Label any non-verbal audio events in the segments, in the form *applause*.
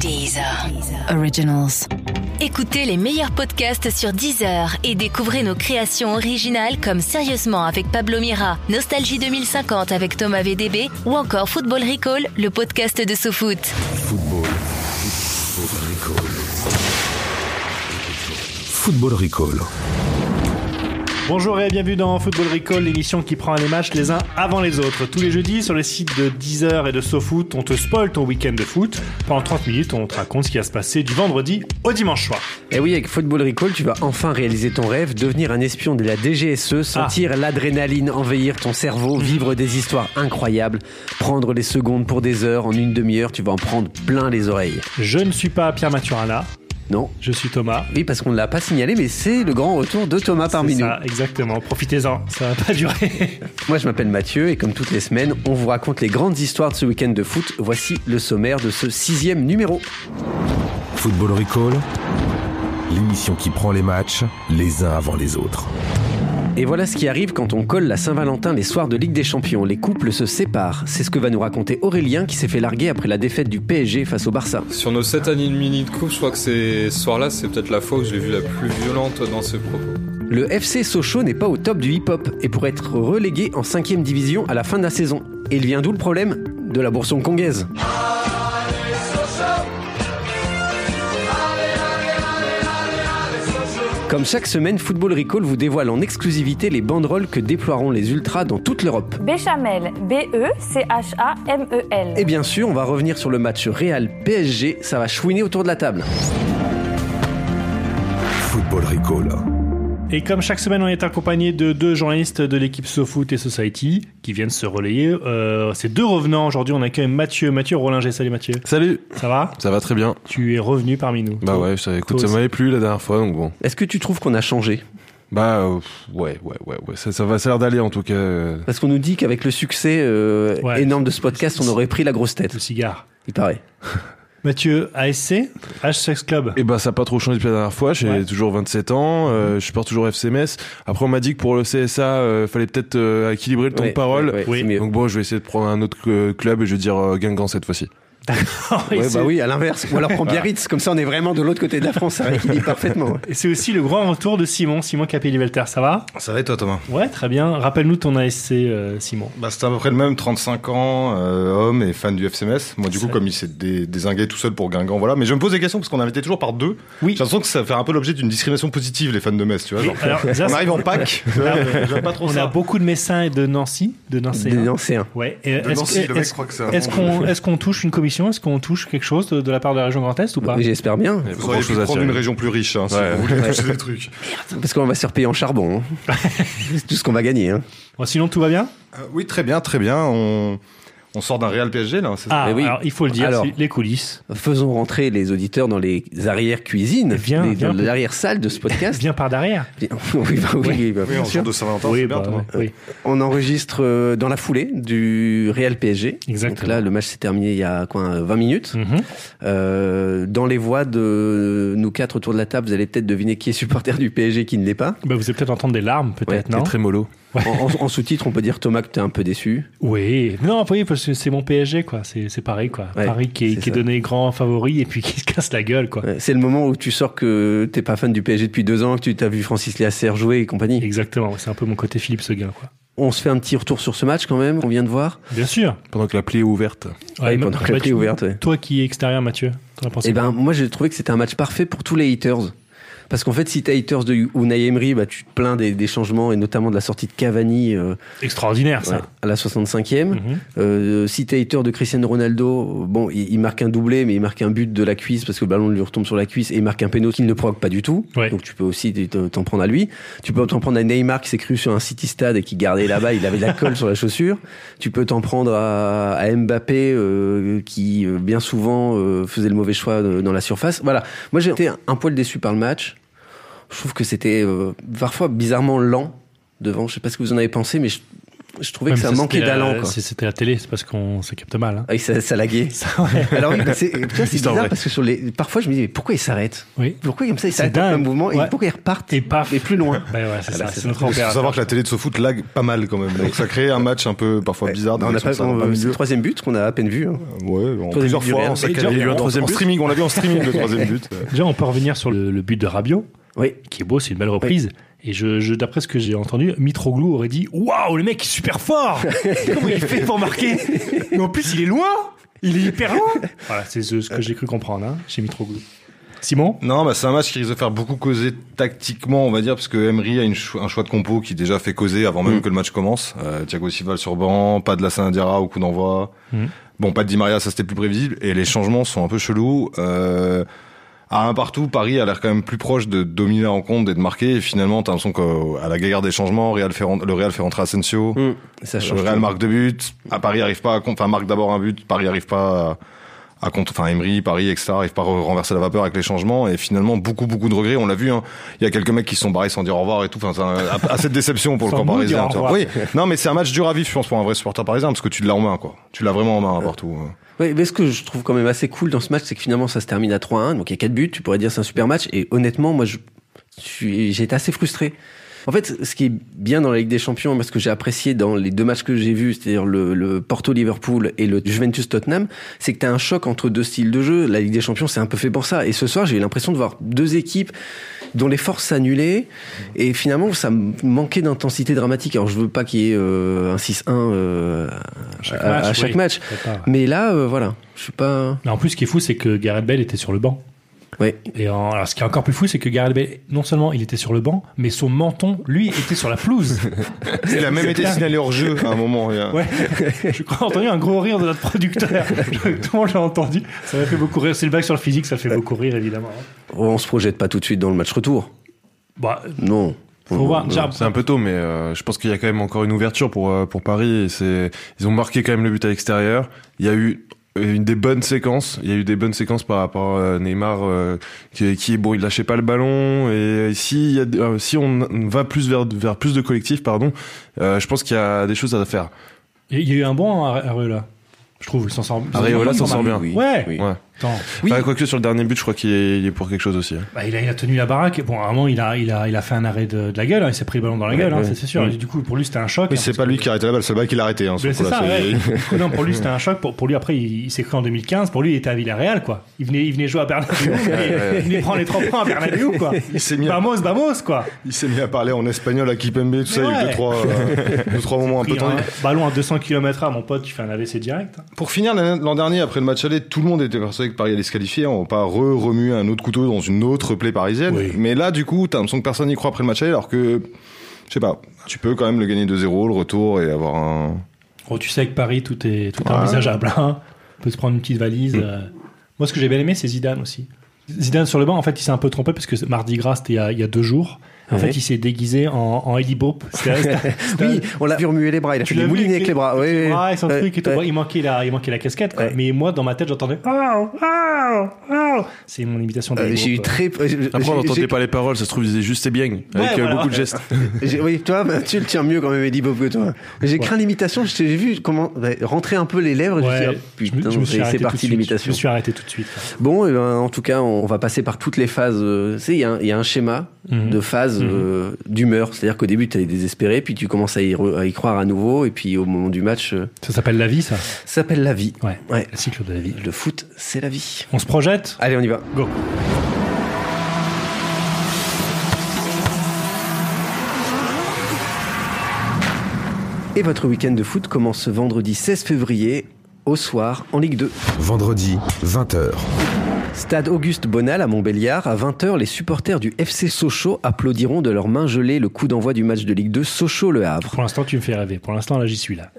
Deezer. Originals. Écoutez les meilleurs podcasts sur Deezer et découvrez nos créations originales comme Sérieusement avec Pablo Mira, Nostalgie 2050 avec Thomas VDB ou encore Football Recall, le podcast de SoFoot. Football. Football Recall. Football Recall. Bonjour et bienvenue dans Football Recall, l'émission qui prend les matchs les uns avant les autres. Tous les jeudis, sur les sites de Deezer et de SoFoot, on te spoil ton week-end de foot. Pendant 30 minutes, on te raconte ce qui va se passer du vendredi au dimanche soir. Et Eh oui, avec Football Recall, tu vas enfin réaliser ton rêve, devenir un espion de la DGSE, E, Ah. sentir l'adrénaline envahir ton cerveau, Mm. vivre des histoires incroyables, prendre les secondes pour des heures, en une demi-heure, tu vas en prendre plein les oreilles. Je ne suis pas Pierre Maturana, Non je suis Thomas. Oui, parce qu'on ne l'a pas signalé, mais c'est le grand retour de Thomas parmi C'est nous. ça, exactement. Profitez-en, ça va pas durer. Moi, je m'appelle Mathieu, et comme toutes les semaines, on vous raconte les grandes histoires de ce week-end de foot. Voici le sommaire de ce sixième numéro. Football Recall. L'émission qui prend les matchs les uns avant les autres. Et voilà ce qui arrive quand on colle la Saint-Valentin les soirs de Ligue des Champions. Les couples se séparent. C'est ce que va nous raconter Aurélien qui s'est fait larguer après la défaite du PSG face au Barça. Sur nos 7 années et demie de coupe, je crois que c'est- ce soir-là, c'est peut-être la fois où je l'ai vu la plus violente dans ses propos. Le FC Sochaux n'est pas au top du hip-hop et pourrait être relégué en 5ème division à la fin de la saison. Et il vient d'où le problème De la bourse hongkongaise. Comme chaque semaine, Football Recall vous dévoile en exclusivité les banderoles que déploieront les ultras dans toute l'Europe. Béchamel, B-E-C-H-A-M-E-L. Et bien sûr, on va revenir sur le match Real-PSG, ça va chouiner autour de la table. Football Recall. Et comme chaque semaine, on est accompagné de deux journalistes de l'équipe SoFoot et Society qui viennent se relayer. Euh, ces deux revenants, aujourd'hui, on accueille Mathieu. Mathieu Rollinger, salut Mathieu. Salut, Ça va ça va très bien. Tu es revenu parmi nous. Bah ouais, je savais, écoute, toi ça aussi. m'avait plu la dernière fois, donc bon. Est-ce que tu trouves qu'on a changé Bah euh, ouais, ouais, ouais, ouais, ça, ça va, ça a l'air d'aller en tout cas. euh. Parce qu'on nous dit qu'avec le succès euh, Ouais. énorme de ce podcast, on aurait pris la grosse tête. Le cigare. Il paraît. Mathieu, ASC, H-Sex Club. *laughs* Et bah ça a pas trop changé depuis la dernière fois, j'ai Ouais. toujours 27 ans, Mhm. euh, je supporte toujours FCMS. Après on m'a dit que pour le CSA, euh, fallait peut-être euh, équilibrer le temps de parole. Oui. c'est mieux. Donc bon, je vais essayer de prendre un autre euh, club et je vais dire euh, Guingamp cette fois-ci. Oh, Et Ouais, c'est- bah oui, à l'inverse. Ou alors prends Biarritz, comme ça on est vraiment de l'autre côté de la France, ça rééquilibre parfaitement. Et c'est aussi le grand retour de Simon, Simon Capelli-Velter, ça va Ça va et toi Thomas Ouais, très bien. Rappelle-nous ton ASC, euh, Simon. bah, C'était à peu près le même, 35 ans, euh, homme et fan du FCMS. Moi du C'est coup vrai. comme il s'est dé- désingué tout seul pour Guingamp, voilà. Mais je me pose des questions parce qu'on invitait toujours par deux. Oui. J'ai l'impression que ça fait un peu l'objet d'une discrimination positive les fans de Metz, tu vois. Oui, genre, alors, ça, *laughs* *laughs* on c'est- arrive en Pâques, j'aime pas trop On a ça. beaucoup de Messins et de Nancy, de Nancy. hein. Des Nancéens. Ouais. Et est-ce Nancy, que- le mec est-ce- croit que c'est un Est-ce qu'on est-ce qu'on touche une commission Est-ce qu'on touche quelque chose de, de la part de la région Grand Est ou pas Oui, J'espère bien. Il y a pas Vous auriez pu grand-chose à prendre tirer. une région plus riche hein, si Ouais. vous voulez toucher des trucs. bah. Parce qu'on va se repayer en charbon. *laughs* hein. c'est tout ce qu'on va gagner. hein. Bon, Sinon, tout va bien Euh, oui très bien, très bien. On, on sort d'un Real PSG là. c'est ça Ah, Mais oui. alors, il faut le dire, Alors. c'est les coulisses. Faisons rentrer les auditeurs dans les arrières-cuisines, Viens, les- viens. dans l'arrière-salle de ce podcast. Viens par derrière. *laughs* oui, bah oui, oui, bah, Oui, bien on sûr. sort de Saint-Valentin, c'est bien, bah, Thomas. oui. On enregistre euh, dans la foulée du Real PSG. Exactement. Donc là, le match s'est terminé il y a quoi, un 20 minutes. Mhm. Euh, dans les voix de nous quatre autour de la table, vous allez peut-être deviner qui est supporter du PSG, qui ne l'est pas. Bah, vous allez peut-être entendre des larmes, peut-être, Ouais, non C'est très mollo. En, en- en sous-titre, on peut dire Thomas que t'es un peu déçu. Oui. Non, oui, parce que c'est mon PSG, quoi. C'est c'est pareil, quoi. Ouais, Paris qui est, c'est qui est ça. donné grand favori et puis *laughs* qui se casse la gueule, quoi. Ouais, C'est le moment où tu sors que t'es pas fan du PSG depuis deux ans, que tu t'as vu Francis Léacer jouer et compagnie. Exactement, c'est un peu mon côté Philippe Seguin, quoi. On se fait un petit retour sur ce match quand même, qu'on vient de voir. Bien sûr. Pendant que la plaie est ouverte. Ouais, Ma- pendant que la Mathieu, clé est ouverte. ouais. Toi qui es extérieur, Mathieu, t'en as pensé Eh ben, moi, j'ai trouvé que c'était un match parfait pour tous les haters. Parce qu'en fait, si t'es haters de Unai Emery, bah, tu te plains des, des changements et notamment de la sortie de Cavani euh, Extraordinaire, ouais, ça. à la 65e. Mhm. Euh, si t'es hater de Cristiano Ronaldo, bon, il, il marque un doublé, mais il marque un but de la cuisse parce que le ballon lui retombe sur la cuisse et il marque un péno qu'il ne provoque pas du tout. Ouais. Donc tu peux aussi t- t- t'en prendre à lui. Tu peux t'en prendre à Neymar qui s'est cru sur un City Stade et qui gardait là-bas, il avait de la colle sur la chaussure. Tu peux t'en prendre à, à Mbappé euh, qui euh, bien souvent euh, faisait le mauvais choix euh, dans la surface. Voilà. Moi j'ai été un poil déçu par le match. Je trouve que c'était euh, parfois bizarrement lent devant. Je sais pas ce que vous en avez pensé, mais je- je trouvais que ça manquait d'allant. quoi. C'était la télé, c'est parce qu'on ça capte mal. hein. Ah oui, ça, ça laguait. *laughs* Alors oui, mais c'est tu vois, c'est Histoire bizarre vraie. parce que sur les, parfois je me dis mais pourquoi ils s'arrêtent Oui. Pourquoi comme ça ils C'est s'arrêtent dans dingue. le mouvement Ouais. et pourquoi ils repartent Et paf. plus loin Ben ouais, c'est Ah ça, bah, c'est c'est notre Il faut opérateur. savoir que la télé de SoFoot lag pas mal quand même. Donc ça crée un match un peu parfois Ouais. *laughs* bizarre. On a des pas, élections, ça on- va pas c'est mieux. le troisième but qu'on a à peine vu. hein. Ouais, en Troisième plusieurs but fois. du On Real. s'est Et calé. il y a eu un En- troisième en but. streaming, on l'a vu en streaming le troisième but. Déjà, on peut revenir sur le, le but de Rabiot, Oui. qui est beau, c'est une belle reprise. Et je, je- d'après ce que j'ai entendu, Mitroglou aurait dit Waouh, le mec est super *laughs* fort Comment il fait pour marquer Mais en plus, il est loin Il est hyper loin Voilà, c'est ce, ce que j'ai cru comprendre hein, chez Mitroglou. Simon Non, bah, c'est un match qui risque de faire beaucoup causer tactiquement, on va dire, parce que Emery a une cho- un choix de compo qui déjà fait causer avant même que le match commence. Euh, Thiago Silva sur banc, pas de la Sanadiara au coup d'envoi. Mm. Bon, pas de Di Maria, ça c'était plus prévisible. Et les changements sont un peu chelous. Euh, à un partout, Paris a l'air quand même plus proche de dominer la rencontre et de marquer. Et finalement, t'as l'impression qu'à la guerre des changements, Real fait ren- le Real fait rentrer Asensio. Hum, Ça change. Le Real tout. marque deux buts. À Paris arrive pas à con- enfin marque d'abord un but. Paris arrive pas à, à contre, enfin Emery, Paris, etc. arrive pas à re- renverser la vapeur avec les changements et finalement beaucoup beaucoup de regrets. On l'a vu. hein. Il y a quelques mecs qui se sont barrés sans dire au revoir et tout. Enfin, c'est un- assez de déception pour le Sans camp nous parisien. dire au tu vois. revoir. Oui. Non, mais c'est un match dur à vivre, je pense, pour un vrai supporter parisien parce que tu l'as en main, quoi. Tu l'as vraiment en Euh, main partout. hein. Ouais, mais ce que je trouve quand même assez cool dans ce match, c'est que finalement ça se termine à 3-1. Donc il y a 4 buts, tu pourrais dire c'est un super match. Et honnêtement, moi je suis- j'ai été assez frustré. En fait, ce qui est bien dans la Ligue des Champions, parce que j'ai apprécié dans les deux matchs que j'ai vus, c'est-à-dire le, le Porto-Liverpool et le Juventus-Tottenham, c'est que tu as un choc entre deux styles de jeu. La Ligue des Champions, c'est un peu fait pour ça. Et ce soir, j'ai eu l'impression de voir deux équipes dont les forces s'annulaient. Et finalement, ça me manquait d'intensité dramatique. Alors, je veux pas qu'il y ait euh, un 6-1 euh, chaque à- match, à chaque oui. match. C'est pas vrai. Mais là, euh, voilà, je suis pas. Mais en plus, ce qui est fou, c'est que Gareth Bale était sur le banc. Ouais. Et en- alors, ce qui est encore plus fou, c'est que Gareth Bale, non seulement il était sur le banc, mais son menton, lui, était sur la pelouse. Il a même été signalé hors jeu à un moment. il y a- Ouais. *laughs* Je crois entendu un gros rire de notre *laughs* producteur. Je crois que Tout le monde l'a entendu. Ça m'a fait beaucoup rire. C'est le bac sur le physique, ça fait beaucoup rire, évidemment. On se projette pas tout de suite dans le match retour. Bah, Non. faut Non, voir. non. Déjà, C'est un peu tôt, mais euh, je pense qu'il y a quand même encore une ouverture pour euh, pour Paris. Et c'est ils ont marqué quand même le but à l'extérieur. Il y a eu euh, une des bonnes séquences. Il y a eu des bonnes séquences par rapport à Neymar euh, qui, qui bon, il lâchait pas le ballon. Et si il y a, euh, si on va plus vers vers plus de collectifs, pardon, euh, je pense qu'il y a des choses à faire. il y a eu un bon à Areola. Je trouve, il s'en sort il Areola s'en marque. sort bien. Oui, Ouais. oui. Ouais. Attends. Oui. Enfin, quoique sur le dernier but, je crois qu'il est, il est pour quelque chose aussi. hein. Bah, il, a, il a tenu la baraque. Bon, à un moment, il a, il a, il a fait un arrêt de, de la gueule. hein. Il s'est pris le ballon dans la gueule, hein, ouais. c'est c'est sûr. Mm. Et du coup, pour lui, c'était un choc. Oui, hein, c'est parce pas que- lui qui a arrêté la balle, c'est le balle qui l'a arrêté. Hein, ce Mais c'est coup-là, ça, c'est- ouais. Du coup, non, pour lui, c'était un choc. Pour, pour lui, après, il, il s'est cru en 2015. Pour lui, il était à Villarreal, quoi. Il venait, il venait jouer à Bernabéu. *laughs* il venait prendre les trois points à Bernabéu, quoi. Il s'est mis à- Vamos, vamos, quoi. Il s'est mis à parler en espagnol à Kipembe, tout ça, il y a eu ouais. deux, trois, euh, deux, trois moments un peu Pris tendus. un ballon à 200 km à mon pote, tu fais un AVC direct. hein. Pour finir, l'an l'an dernier, après le match aller, tout le monde était persuadé que Paris allait se qualifier. On va pas re-remuer un autre couteau dans une autre plaie parisienne. Oui. Mais là, du coup, t'as l'impression que personne n'y croit après le match aller, alors que, je sais pas, tu peux quand même le gagner 2-0, le retour et avoir un... Oh, tu sais que Paris, tout est, tout est Ouais. envisageable. hein. On peut se prendre une petite valise. Mm. euh. Moi, ce que j'ai bien aimé, c'est Zidane aussi. Zidane sur le banc, en fait, il s'est un peu trompé parce que Mardi Gras, c'était il, y a- il y a deux jours. En Ouais. fait, il s'est déguisé en, en Eddie *laughs* Bope. C'était- c'était- c'était- Oui, on l'a vu remuer les bras. Il a Tu fait l'as des vu moulines avec les bras. Oui, oui, Euh, oui. Ouais, son Ouais, truc et tout. ouais. Bon, il, manquait la, il manquait la casquette, quoi. Ouais. Mais moi, dans ma tête, j'entendais Ah, oh, Wow, wow, wow. oh, C'est mon imitation Euh, d'Eddie J'ai eu Bope. très. j'ai- Après, on j'ai- n'entendait pas les paroles, ça se trouve, ils disaient juste c'est bien, avec Ouais, euh, voilà. beaucoup de gestes. j'ai- Oui, toi, bah, tu le tiens mieux quand même, Eddie Bob, que toi. J'ai craint l'imitation. je t'ai- J'ai vu comment bah, rentrer un peu les lèvres. Ouais, je me je suis dit, me- ah, je me putain, suis c'est- arrêté c'est tout de parti suite. Je l'imitation. me suis arrêté tout de suite. quoi. Bon, eh ben, en tout cas, on va passer par toutes les phases. euh, Tu sais, il y, a un- il y a un schéma Mhm. de phases euh, d'humeur. C'est-à-dire qu'au début, tu es désespéré, puis tu commences à y, re- à y croire à nouveau, et puis au moment du match, euh, Ça s'appelle la vie, ça ça s'appelle la vie. Ouais. Ouais. Le cycle de la vie. Le foot, c'est la vie. On se projette Allez, on y va. Go. Et votre week-end de foot commence ce vendredi 16 février au soir en Ligue 2. Vendredi, 20h. Stade Auguste Bonal à Montbéliard, à 20h, les supporters du FC Sochaux applaudiront de leurs mains gelées le coup d'envoi du match de Ligue 2 Sochaux-Le Havre. Pour l'instant, tu me fais rêver. Pour l'instant, là, j'y suis, *laughs* là.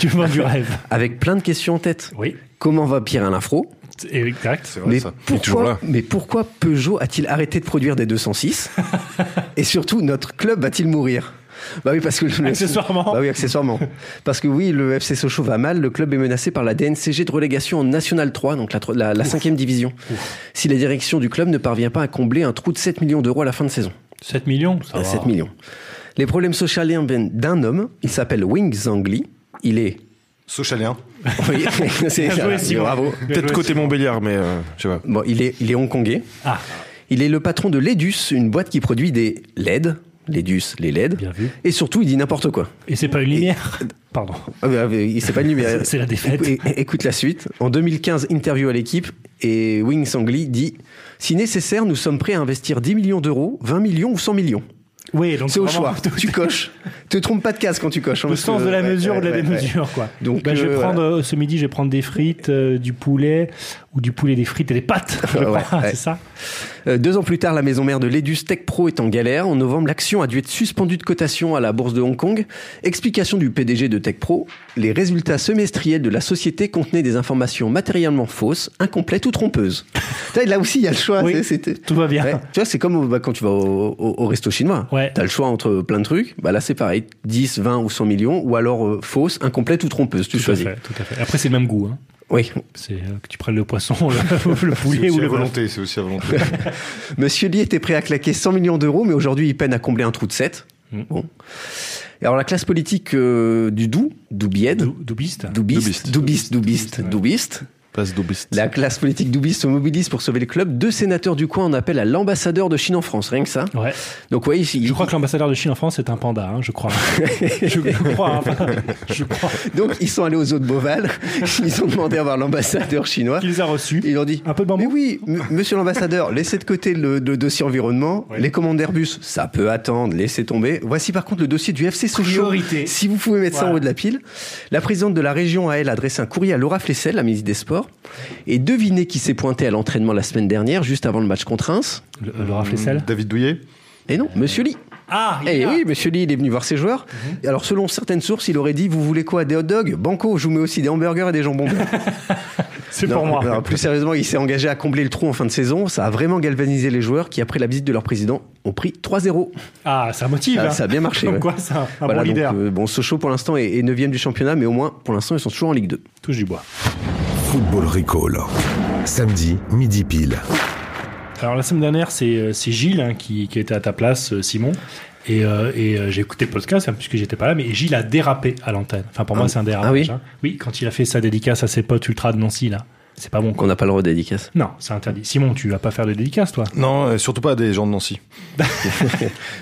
tu me vends du rêve. Avec plein de questions en tête. Oui, Comment va Pierre Alain Fro c'est- exact. Il mais, est toujours pourquoi, là. mais pourquoi Peugeot a-t-il arrêté de produire *laughs* des 206 Et surtout, notre club va-t-il mourir Bah oui, parce que le- Accessoirement. Bah oui, accessoirement. Parce que oui, le FC Sochaux va mal, le club est menacé par la DNCG de relégation en National 3, donc la, tro- la, la cinquième division. Si la direction du club ne parvient pas à combler un trou de 7 Ah, millions d'euros à la fin de saison. 7 millions, ça À va. 7 millions. Les problèmes socialiens viennent d'un homme. Il s'appelle Wing Zhangli. Il est. *laughs* Socialien. Oui, c'est- Bien joué, Simon. bravo. Bien Peut-être joué, côté Simon. Montbéliard, mais euh, je sais pas. Bon, il est, il est hongkongais. Ah. Il est le patron de Ledus, une boîte qui produit des LED. Ledus, les LED. Bien vu. Et surtout, il dit n'importe quoi. Et c'est pas une lumière Pardon. Ah, bah, Il sait pas de numéro. *laughs* C'est la défaite. Écou- é- Écoute la suite. En 2015, interview à l'équipe et Wing Sangli dit Si nécessaire, nous sommes prêts à investir 10 millions d'euros, 20 millions ou 100 millions. Oui, donc C'est au vraiment, choix. *laughs* Tu coches. Te trompe pas de case quand tu coches. hein, Le parce sens que- de la ouais, mesure ou de la ouais, ouais. démesure, quoi. Donc, Bah, je vais euh, prendre, euh, ce midi, je vais prendre des frites, euh, du poulet, ou du poulet, des frites et des pâtes. je *laughs* Ouais, crois, ouais. *laughs* C'est ça Euh, Deux ans plus tard, la maison mère de l'Edus Tech Pro est en galère. En novembre, l'action a dû être suspendue de cotation à la bourse de Hong Kong. Explication du PDG de Tech Pro les résultats semestriels de la société contenaient des informations matériellement fausses, incomplètes ou *laughs* trompeuses. Tu sais, Là aussi, il y a le choix. Oui. c'est- c'était- Tout va bien. Ouais. Tu vois, c'est comme bah, quand tu vas au, au- au resto chinois. Ouais. T'as le choix entre plein de trucs. Bah, là, c'est pareil. 10, 20 ou 100 millions, ou alors euh, fausse, incomplète ou trompeuse. Tu Tout à choisis. fait, tout à fait. Après, c'est le même goût. hein. Oui. C'est euh, que tu prennes le poisson, *laughs* le, *laughs* le poulet C'est ou aussi à le volonté, c'est aussi *laughs* à volonté. Monsieur Lee était prêt à claquer 100 millions d'euros, mais aujourd'hui, il peine à combler un trou de 7. Mm. Bon. Et alors, la classe politique euh, du Doubs, Doubiède, Dou- Doubiste. Doubiste, Doubiste. Doubiste, Doubiste, ouais. Doubiste, Place d'Aubiste. la classe politique Doubiste se mobilise pour sauver le club. Deux sénateurs du coin en appellent à l'ambassadeur de Chine en France, rien que ça. Ouais. Donc, oui, Je crois que l'ambassadeur de Chine en France est un panda, hein, je *laughs* crois. je, je crois. hein. Je crois Donc ils sont allés aux eaux de Beauval, *laughs* ils ont demandé à voir l'ambassadeur chinois. qu'il les a reçus. Ils leur ont dit Un peu de bambou Mais oui, m- monsieur l'ambassadeur, *laughs* laissez de côté le, le dossier environnement. Ouais. Les commandes Airbus, ça peut attendre, laissez tomber. Voici par contre le dossier du FC Souriau. Priorité. Si vous pouvez mettre ça en Voilà. haut de la pile. La présidente de la région à elle a adressé un courrier à Laura Flessel, la ministre des Sports. Et devinez qui s'est pointé à l'entraînement la semaine dernière, juste avant le match contre Reims. Le, le raflessel. David Douillet. Et non, monsieur Lee. Ah, il est Eh là. oui, Monsieur Lee, il est venu voir ses joueurs. Mhm. Alors, selon certaines sources, il aurait dit Vous voulez quoi Des hot dogs Banco, je vous mets aussi des hamburgers et des jambons. blancs. c'est Non, pour moi. alors, plus sérieusement, il s'est engagé à combler le trou en fin de saison. Ça a vraiment galvanisé les joueurs qui, après la visite de leur président, ont pris 3-0. Ah, ça motive. Ah, hein. ça a bien marché, Comme ouais. quoi, c'est un, un Voilà, bon donc, leader. euh, bon, Sochaux pour l'instant est 9ème du championnat, mais au moins pour l'instant ils sont toujours en Ligue 2. Touche du bois. Football Recall. Samedi, midi pile. Alors la semaine dernière, c'est euh, c'est Gilles hein, qui, qui était à ta place, euh, Simon. Et, euh, et, euh, j'ai écouté le podcast hein, puisque j'étais pas là, mais Gilles a dérapé à l'antenne. Enfin, pour moi, c'est un dérapage. ah oui hein. oui, quand il a fait sa dédicace à ses potes ultra de Nancy, là, c'est pas bon. Qu'on Quoi. n'a pas le droit de dédicace. Non, c'est interdit. Simon, tu vas pas faire de dédicace, toi. Non, et surtout pas des gens de Nancy.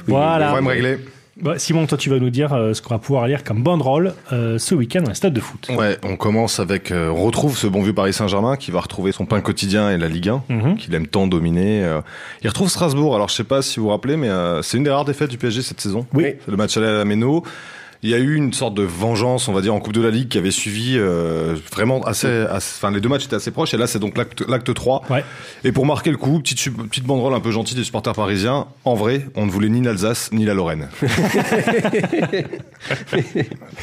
voilà. On va me régler. Bah, Simon, toi, tu vas nous dire euh, ce qu'on va pouvoir lire comme banderole euh, ce week-end dans les stades de foot. Ouais, on commence avec. euh, on retrouve ce bon vieux Paris Saint-Germain qui va retrouver son pain quotidien et la Ligue 1, Mhm. qu'il aime tant dominer. euh. il retrouve Strasbourg. Alors, je sais pas si vous vous rappelez, mais euh, c'est une des rares défaites du PSG cette saison. Oui. C'est le match aller à la Méno. Il y a eu une sorte de vengeance, on va dire, en Coupe de la Ligue qui avait suivi euh, vraiment assez, assez- Enfin, les deux matchs étaient assez proches. Et là, c'est donc l'acte l'acte 3. Ouais. Et pour marquer le coup, petite, sup- petite banderole un peu gentille des supporters parisiens. En vrai, on ne voulait ni l'Alsace ni la Lorraine.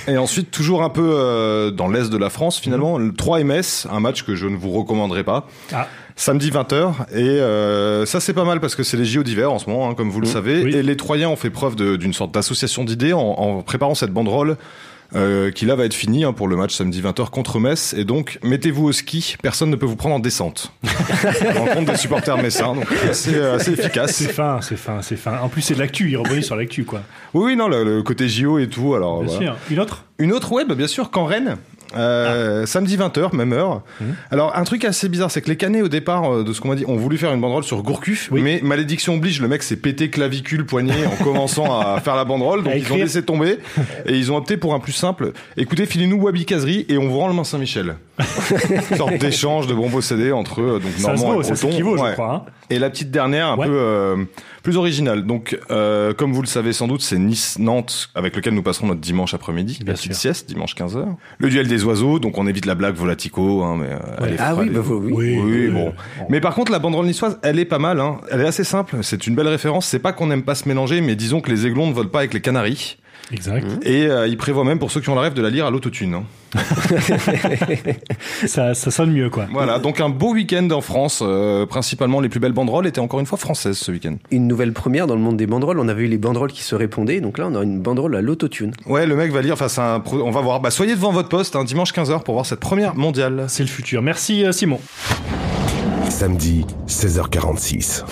Et ensuite, toujours un peu euh, dans l'est de la France, finalement, le 3 MS, un match que je ne vous recommanderai pas. Ah, Samedi 20h, et euh, ça c'est pas mal parce que c'est les JO d'hiver en ce moment, hein, comme vous le savez, Mm. Oui. et les Troyens ont fait preuve de- d'une sorte d'association d'idées en, en préparant cette banderole euh, qui là va être finie hein, pour le match samedi 20h contre Metz, et donc mettez-vous au ski, personne ne peut vous prendre en descente. *laughs* Rencontre des supporters messins, donc assez, euh, assez efficace. c'est fin, c'est fin, c'est fin. En plus, c'est de l'actu. Il rebondit sur l'actu, quoi. Oui, oui, non, le, le côté JO et tout, alors Bien Ah, voilà. sûr. Une autre Une autre web, bien sûr, qu'en Rennes. Euh, Ah. Samedi 20h, même heure. Mhm. Alors, un truc assez bizarre, c'est que les Canets, au départ, euh, de ce qu'on m'a dit, ont voulu faire une banderole sur Gourcuff, Oui. mais malédiction oblige, le mec s'est pété clavicule, poignet *laughs* en commençant à faire la banderole, donc À ils ont écrire. laissé tomber et ils ont opté pour un plus simple. Écoutez, filez-nous Wabi Kazri et on vous rend le *laughs* Main Saint-Michel. Une sorte d'échange de bons possédés entre euh, donc, Ça se Normands vaut, et ça Bretons. s'équivaut, Ouais. je crois. hein. Et la petite dernière, un Ouais. peu euh, plus originale. Donc, euh, comme vous le savez sans doute, c'est Nice-Nantes avec lequel nous passerons notre dimanche après-midi. Bien la petite sûr. sieste, dimanche 15h. Le duel des oiseaux, donc on évite la blague volatico. Hein, mais, euh, elle est Ah fra- oui, elle est- bah, faut- oui. oui, oui, bon. oui. Mais par contre, la banderole niçoise, elle est pas mal. Hein. Elle est assez simple. C'est une belle référence. C'est pas qu'on n'aime pas se mélanger, mais disons que les aiglons ne volent pas avec les canaris. Exact. Et euh, ils prévoient même, pour ceux qui ont la rêve, de la lire à l'autotune. hein. Mmh. Ça, ça sonne mieux, quoi. Voilà, donc un beau week-end en France. euh, principalement, les plus belles banderoles étaient encore une fois françaises ce week-end. *laughs* Une nouvelle première dans le monde des banderoles, on avait eu les banderoles qui se répondaient, donc là on a une banderole à l'autotune. Ouais, le mec va lire. Enfin, c'est un. pro- On va voir. Bah, soyez devant votre poste hein, dimanche 15h pour voir cette première mondiale. C'est le futur. Merci euh, Simon. Samedi, 16h46.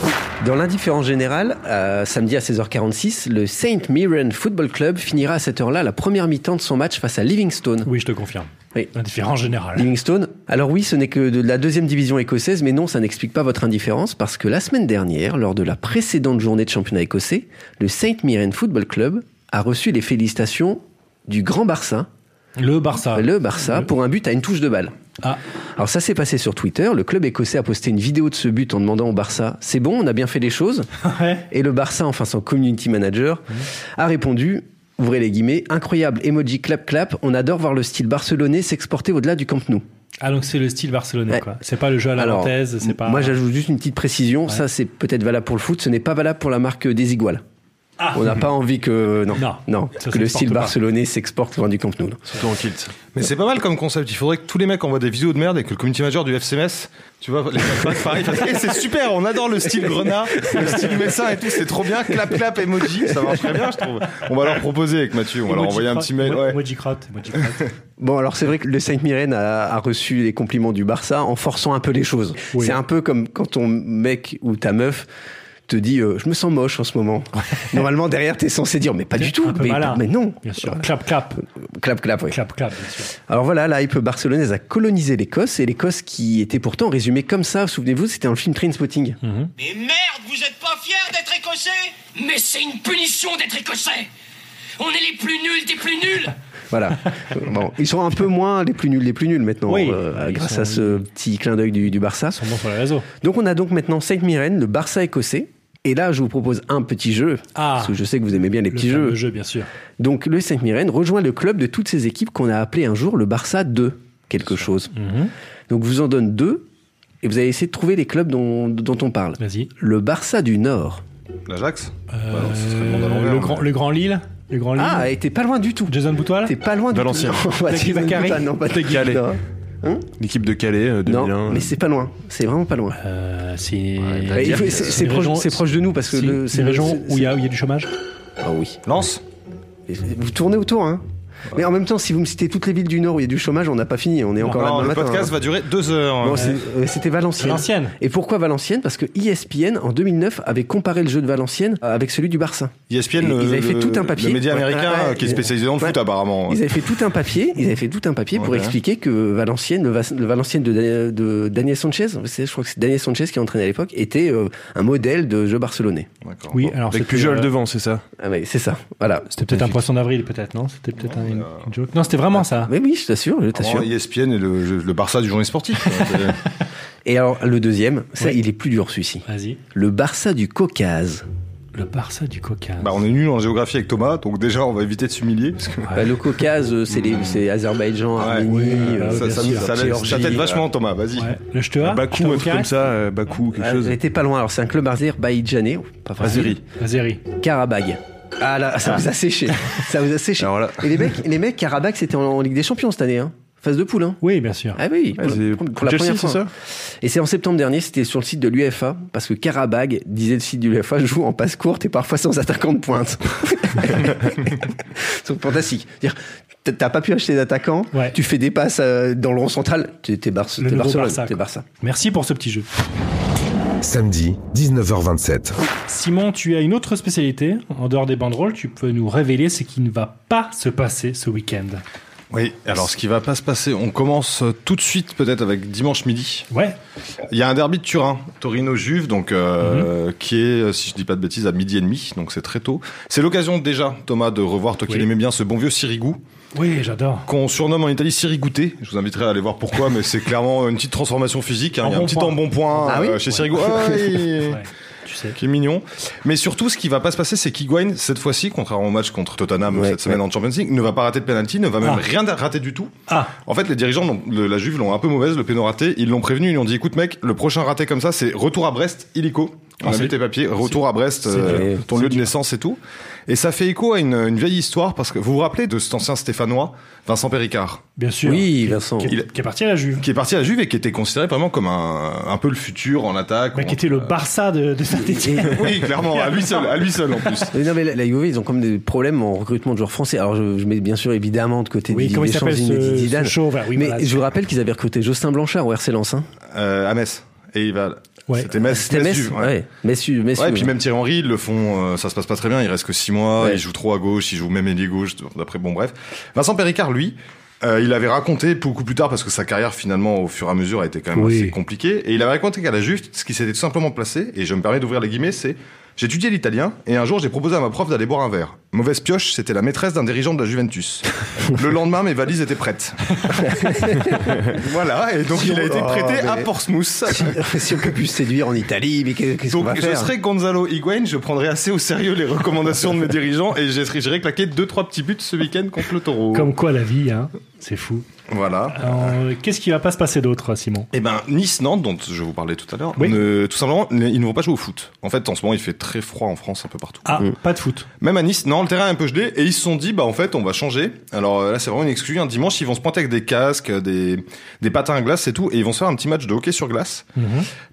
Dans l'indifférence générale, euh, samedi à 16h46, le Saint Mirren Football Club finira à cette heure-là la première mi-temps de son match face à Livingstone. Oui, je te confirme. Oui. Mmh. Indifférent général. Livingstone, alors oui, ce n'est que de la deuxième division écossaise, mais non, ça n'explique pas votre indifférence parce que la semaine dernière, lors de la précédente journée de championnat écossais, le Saint Mirren Football Club a reçu les félicitations du Grand Barça, Le Barça. le Barça, pour un but à une touche de balle. Ah, Alors ça s'est passé sur Twitter, le club écossais a posté une vidéo de ce but en demandant au Barça, c'est bon, on a bien fait les choses, ouais. Et le Barça, enfin son community manager, a répondu, ouvrez les guillemets, incroyable emoji clap clap, on adore voir le style barcelonais s'exporter au-delà du Camp Nou. Ah, donc c'est le style barcelonais, Ouais. quoi. C'est pas le jeu à la nantaise, c'est m- pas. moi j'ajoute juste une petite précision, Ouais. ça c'est peut-être valable pour le foot, ce n'est pas valable pour la marque des Iguales. Ah. On n'a pas envie que non, Non, non, ça que le s'exporte style pas. barcelonais s'exporte loin du Camp Nou. Surtout en kilt. Mais c'est pas mal comme concept. Il faudrait que tous les mecs envoient des vidéos de merde et que le community manager du FCMS, tu vois, les passe pareil. fasse, Eh, c'est super, on adore le style grenat, le style messin et tout, c'est trop bien. Clap, clap, emoji, ça marche très bien, je trouve. On va leur proposer avec Mathieu, on va leur envoyer un petit mail. Ouais. Emoji crotte, emoji crotte. Bon, alors c'est vrai que le Saint-Mirren a, a reçu les compliments du Barça en forçant un peu les choses. Oui. C'est un peu comme quand ton mec ou ta meuf te dit euh, je me sens moche en ce moment. Normalement derrière t'es censé dire mais pas du tout, Un peu mais, malin. mais non. Euh, Bien sûr. Clap, clap. Clap clap. ouais. Clap, clap, bien sûr. Alors voilà, la hype barcelonaise a colonisé l'Écosse et l'Écosse qui était pourtant résumée comme ça. Souvenez-vous, c'était dans le film Trainspotting. Mhm. Mais merde, vous êtes pas fiers d'être écossais Mais c'est une punition d'être écossais On est les plus nuls des plus nuls *laughs* Voilà. bon, ils sont un peu moins les plus nuls, les plus nuls maintenant Oui, euh, ils grâce sont- à ce petit clin d'œil du, du Barça. Ils sont bons sur les réseaux. Donc on a donc maintenant Saint-Mirren, le Barça écossais. Et là, je vous propose un petit jeu. Ah. parce que je sais que vous aimez bien les Le petits fameux jeux. jeu, bien sûr. Donc le Saint-Mirren rejoint le club de toutes ces équipes qu'on a appelé un jour le Barça 2, quelque chose. Donc je vous en donne deux et vous allez essayer de trouver les clubs dont, dont on parle. Vas-y. Le Barça du Nord. L'Ajax Euh, non, ce serait le monde à l'envers, le, mais- grand, le grand Lille. Le grand Lille. Ah, et t'es pas loin du tout. Jason Boutoil. T'es pas loin du Valenciennes. tout. Non, *laughs* pas Taki Jason Bakary. Boutin, non, pas Taki Taki Calais. Boutin. L'équipe de Calais, euh, 2001. Non, mais c'est pas loin. C'est vraiment pas Ah, loin. Euh, c'est. Mais il faut- c'est- une c'est proche- région- c'est proche de nous parce que c'est- le- c'est c'est- une région c'est- où il y, a- où il y a du chômage. Ah oui. Lance Et Vous tournez autour, hein. Mais en même temps, si vous me citez toutes les villes du Nord où il y a du chômage, on n'a pas fini. On est encore là Non, demain le matin. podcast hein. va durer deux heures. Bon, c'est- euh, c'était Valenciennes. Valenciennes. Et pourquoi Valenciennes Parce que ESPN, en 2009, avait comparé le jeu de Valenciennes avec celui du Barça. ESPN, Ils- le, ils avaient fait le- tout un papier. le média Ouais. américain Ouais, euh, qui est ils- spécialisé dans le ouais. foot apparemment. Ils avaient fait tout un papier, ils avaient fait tout un papier pour Ouais. expliquer que Valenciennes, le, Vas- le Valenciennes de, Da- de Daniel Sanchez, c'est- je crois que c'est Daniel Sanchez qui entraînait à l'époque, était euh, un modèle de jeu barcelonais. D'accord. Oui, alors Avec c'était, Pujol euh, devant, c'est ça Ah ouais, c'est ça, voilà. C'était peut-être un poisson d'avril, peut-être, non C'était peut-être un- Euh, une, une joke. Non, c'était vraiment ça. Mais oui, je t'assure, je Bon, t'assure. ESPN et le, le Barça du journée sportif. *laughs* quoi. C'est- Et alors, le deuxième, ça, Oui. il est plus dur celui-ci. Vas-y. Le Barça du Caucase. Le Barça du Caucase. bah, on est nul en géographie avec Thomas, donc déjà on va éviter de s'humilier. parce que- Bah, le Caucase, euh, c'est les- c'est Azerbaïdjan, Ouais. Arménie, Oui, euh, bah, Ça, bien sûr. euh, ça, ça, l'aide- ça t'aide Géorgie, vachement Thomas, vas-y. Ouais. Le Ch'teua Bah, Bakou, Ch'teua un truc Caucase comme ça, euh, Bakou, quelque Ah, chose. J'étais pas loin. Alors, c'est un club azerbaïdjanais. Pas facile. Azeri. Azeri. Karabakh. Ah là, ça vous a séché. ça vous a séché. Alors là. Et les mecs, les mecs Karabakh, c'était en, en Ligue des Champions cette année. Hein. Phase de poule. Hein. Oui, bien sûr. Ah oui, Ah, c'est- pour, pour pour la Chelsea, première c'est fois. hein. ça Et c'est en septembre dernier, c'était sur le site de l'UFA, parce que Karabag, disait le site de l'UFA, joue en passe courte et parfois sans attaquant *laughs* de pointe. c'est fantastique. Dire, t- T'as pas pu acheter d'attaquant, Ouais. tu fais des passes euh, dans le rond central, t'es t'es Barce- Le t'es nouveau Barcelone, Barça, t'es quoi. Barça. Merci pour ce petit jeu. Samedi, 19h27. Simon, tu as une autre spécialité. En dehors des banderoles, tu peux nous révéler ce qui ne va pas se passer ce week-end. Oui, alors ce qui va pas se passer, on commence euh, tout de suite peut-être avec dimanche midi. Ouais. Il y a un derby de Turin, Torino-Juve, donc euh, Mhm. qui est, euh, si je dis pas de bêtises, à midi et demi, donc c'est très tôt. C'est l'occasion déjà, Thomas, de revoir, toi qui Oui. aimais bien ce bon vieux Sirigu, Oui, j'adore. qu'on surnomme en Italie Sirigouté. Je vous inviterai à aller voir pourquoi, mais c'est clairement une petite transformation physique. hein. Il y a un petit Embonpoint. embonpoint Ah oui euh, chez Sirigu. *laughs* Ouais, tu sais. qui est mignon. Mais surtout, ce qui va pas se passer, c'est qu'Higuain, cette fois-ci, contrairement au match contre Tottenham Ouais, cette semaine en Champions League, ne va pas rater de penalty, ne va même Ah. rien rater du tout. Ah, En fait, les dirigeants l'ont- de la Juve l'ont un peu mauvaise, le péno raté. Ils l'ont prévenu, ils lui ont dit écoute, mec, le prochain raté comme ça, c'est retour à Brest, illico. On Ah, a c'est- vu tes papiers, retour à Brest, euh, dur. ton lieu de naissance et tout. Et ça fait écho à une, une vieille histoire, parce que vous vous rappelez de cet ancien Stéphanois, Vincent Péricard, bien sûr. Oui, Vincent. Qui, est- qui est parti à la Juve. qui est parti à la Juve et qui était considéré vraiment comme un, un peu le futur en attaque. Mais en- qui était le Barça de, de Saint-Etienne. *laughs* Oui, clairement, à lui seul, à lui seul en *laughs* plus. Mais non, mais la, la Juve, ils ont comme des problèmes en recrutement de joueurs français. Alors, je, je mets bien sûr évidemment de côté *laughs* Oui, Didier comment il Deschamps, s'appelle ce- Zinedine ce Zidane. chauve, ah oui, mais voilà. je vous rappelle qu'ils avaient recruté Jocelyn Blanchard au RC Lens. hein. Euh, à Metz. et il va. Ouais. C'était Metz. C'était Metz, Juve, ouais. ouais. Messu, Messu. Ouais, et puis même Thierry Henry, ils le font, euh, ça se passe pas très bien, il reste que 6 mois, hein. Ouais. il joue trop à gauche, il joue même ailier gauche, d'après, bon bref. Vincent Péricard, lui, euh, il avait raconté beaucoup plus tard, parce que sa carrière finalement au fur et à mesure a été quand même Oui. assez compliquée, et il avait raconté qu'à la Juve, ce qui s'était tout simplement placé, et je me permets d'ouvrir les guillemets, c'est J'étudiais l'italien et un jour j'ai proposé à ma prof d'aller boire un verre. Mauvaise pioche, c'était la maîtresse d'un dirigeant de *laughs* la Juventus. Le lendemain, mes valises étaient prêtes. *laughs* voilà, et donc Si il a on- été oh, prêté à mais- Portsmouth. *laughs* si *laughs* on peut plus séduire en Italie, mais qu'est- qu'est-ce qu'on Donc, va je faire serais Gonzalo Higuain, je prendrais assez au sérieux les recommandations *laughs* de mes dirigeants et j'essaierai- j'irai claquer deux trois petits buts ce week-end contre le Taureau. Comme quoi la vie, hein, c'est fou. Voilà. Alors, euh, Qu'est-ce qui va pas se passer d'autre, Simon Eh ben, Nice-Nantes, dont je vous parlais tout à l'heure, Oui. ne- tout simplement, ne- ils ne vont pas jouer au foot. En fait, en ce moment, il fait très froid en France, un peu partout. Ah, Mm. pas de foot. Même à Nice, non, le terrain est un peu gelé et ils se sont dit, bah en fait, on va changer. Alors euh, là, c'est vraiment une excuse. Un dimanche, ils vont se pointer avec des casques, euh, des, des patins à glace et tout, et ils vont se faire un petit match de hockey sur glace. Mhm.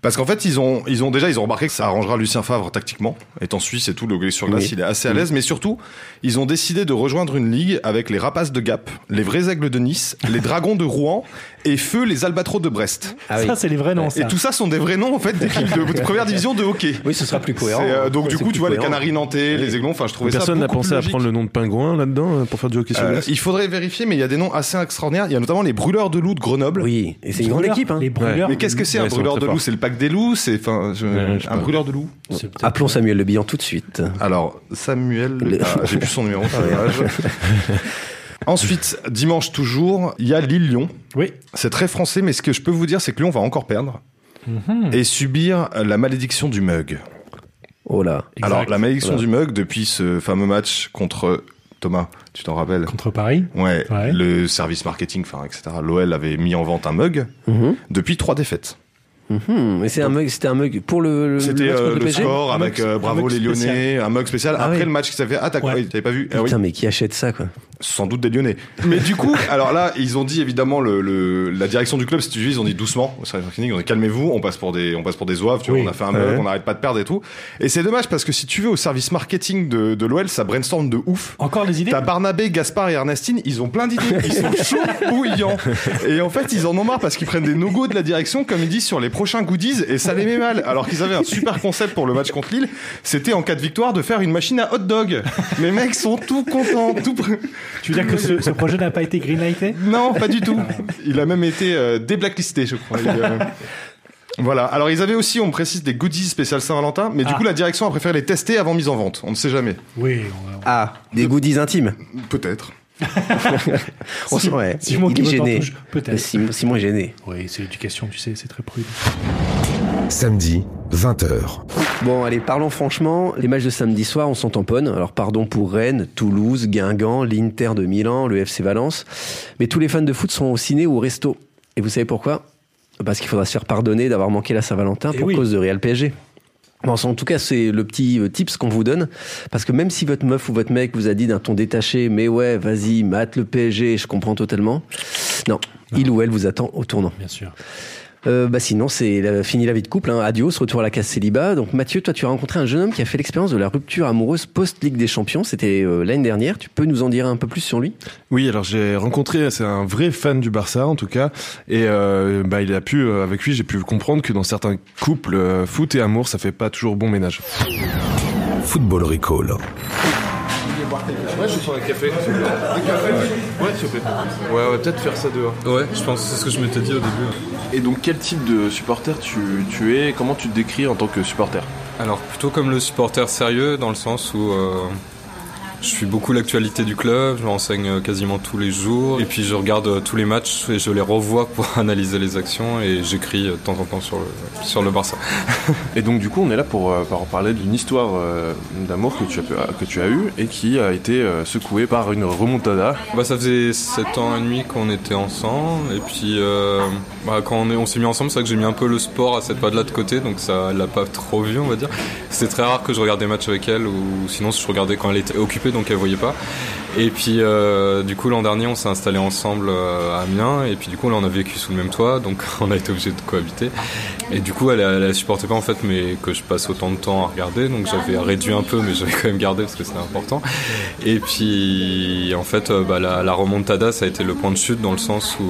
Parce qu'en fait, ils ont, ils ont déjà, ils ont remarqué que ça arrangera Lucien Favre tactiquement. Étant suisse et tout, le hockey sur glace, Oui. il est assez à l'aise. Mais surtout, ils ont décidé de rejoindre une ligue avec les Rapaces de Gap, les Vrais Aigles de Nice, les Dragons de Rouen et Feu les Albatros de Brest. Ah oui. Ça, c'est les vrais noms, Et ça. tout ça sont des vrais noms en fait *laughs* d'équipes de, de première division de hockey. Oui, ce sera plus cohérent. C'est, hein. euh, donc du C'est coup, plus tu vois les cohérent. Canaries nantais, les Aiglons. Enfin, je trouvais Personne ça n'a beaucoup pensé plus à logique. prendre le nom de pingouin là-dedans euh, pour faire du hockey sur Euh, glace. il faudrait vérifier, mais il y a des noms assez extraordinaires. Il y a notamment les brûleurs de loups de Grenoble. Oui, et c'est une grande Brûleurs, équipe. Hein. Les brûleurs. Mais qu'est-ce que c'est un Ouais, ils sont brûleur très de loups forts. C'est le pack des loups C'est enfin je- Ouais, je sais pas. un brûleur de loups. C'est peut-être- Appelons Samuel Le Bihan tout de suite. Alors Samuel, Le- ah, j'ai plus son numéro. c'est *laughs* dommage. Ensuite, dimanche toujours, il y a Lille-Lyon. Oui. C'est très français, mais ce que je peux vous dire, c'est que Lyon va encore perdre et subir la malédiction du mug. Oh là. Exact. Alors la malédiction Voilà. du mug depuis ce fameux match contre Thomas, tu t'en rappelles Contre Paris. Ouais, Ouais. le service marketing, enfin, etc. L'OL avait mis en vente un mug Mhm. depuis trois défaites. Mhm. Mais c'est un mug, c'était un mug pour le. le C'était match contre euh, le PSG score Un avec mug- euh, un Bravo mug les Lyonnais, spécial. un mug spécial. Ah Après oui. le match qui s'est fait, ah t'as Ouais. oui, t'avais pas vu Ah oui. Putain, mais qui achète ça, quoi Sans doute des Lyonnais. Mais du coup, alors là, ils ont dit évidemment le, le- la direction du club, si tu veux, ils ont dit doucement au service marketing, ils ont dit calmez-vous, on passe pour des on passe pour des oeufs, tu vois, Oui. on a fait un mug, Ouais. on n'arrête pas de perdre et tout. Et c'est dommage parce que si tu veux au service marketing de, de l'OL, ça brainstorm de ouf. Encore les idées T'as Barnabé, Gaspard et Ernestine, ils ont plein d'idées, *laughs* ils sont chauds bouillants. Et en fait, ils en ont marre parce qu'ils prennent des no-go de la direction, comme ils disent, sur les prochains goodies, et ça les met mal. Alors qu'ils avaient un super concept pour le match contre Lille, c'était en cas de victoire de faire une machine à hot dog. Mes mecs sont tout contents, tout. pr- Tu veux dire que ce, ce projet n'a pas été greenlighté Non, pas du tout. Il a même été euh, déblacklisté, je crois. Il, euh, Voilà. Alors ils avaient aussi, on me précise, des goodies spéciales Saint-Valentin, mais du Ah. coup la direction a préféré les tester avant mise en vente. On ne sait jamais. Oui. on va- Ah, des goodies intimes. Peut-être. On Simon- ouais, Simon il qui est botte en gêné. Euh, Bah, touche, peut-être. Mais Simon, Simon est gêné. Oui, c'est l'éducation, tu sais, c'est très prude. Samedi, 20h. Bon, allez, parlons franchement. Les matchs de samedi soir, on s'en tamponne. Alors, pardon pour Rennes, Toulouse, Guingamp, l'Inter de Milan, le FC Valence. Mais tous les fans de foot sont au ciné ou au resto. Et vous savez pourquoi Parce qu'il faudra se faire pardonner d'avoir manqué la Saint-Valentin Eh pour oui. cause de Real PSG. Bon, en tout cas, c'est le petit euh, tips qu'on vous donne. Parce que même si votre meuf ou votre mec vous a dit d'un ton détaché, mais ouais, vas-y, mate le PSG, je comprends totalement. Non, il ou elle vous attend au tournant. Bien sûr. Euh, bah sinon, c'est la- fini la vie de couple. Hein. Adios, retour à la case célibat. Donc Mathieu, toi, tu as rencontré un jeune homme qui a fait l'expérience de la rupture amoureuse post-Ligue des Champions. C'était euh, l'année dernière. Tu peux nous en dire un peu plus sur lui Oui, alors j'ai rencontré, c'est un vrai fan du Barça en tout cas, et euh, bah, il a pu, euh, avec lui, j'ai pu comprendre que dans certains couples, euh, foot et amour, ça fait pas toujours bon ménage. Football Recall. Ouais, ouais, peut-être faire ça dehors. Ouais, je pense, c'est ce que je m'étais dit au début. Et donc quel type de supporter tu, tu es Comment tu te décris en tant que supporter Alors, plutôt comme le supporter sérieux, dans le sens où euh, je suis beaucoup l'actualité du club, je m'enseigne quasiment tous les jours, et puis je regarde euh, tous les matchs et je les revois pour *laughs* analyser les actions, et j'écris euh, de temps en temps sur le, sur le Barça. Et donc du coup on est là pour, euh, pour parler d'une histoire euh, d'amour que tu as, pu- que tu as eue et qui a été euh, secouée par une remontada. Bah, ça faisait 7 ans et demi qu'on était ensemble et puis euh, bah, quand on, est- on s'est mis ensemble c'est vrai que j'ai mis un peu le sport à cette période-là de côté donc ça elle l'a pas trop vu on va dire. C'était très rare que je regarde des matchs avec elle ou sinon je regardais quand elle était occupée donc elle voyait pas. Et puis, euh, du coup, l'an dernier, on s'est installés ensemble euh, à Amiens. Et puis, du coup, là, on a vécu sous le même toit. Donc, *laughs* on a été obligé de cohabiter. Et du coup, elle, elle, elle supportait pas, en fait, mais que je passe autant de temps à regarder. Donc, j'avais réduit un peu, mais j'avais quand même gardé parce que c'était important. Et puis, en fait, euh, bah, la, la remontada, ça a été le point de chute dans le sens où,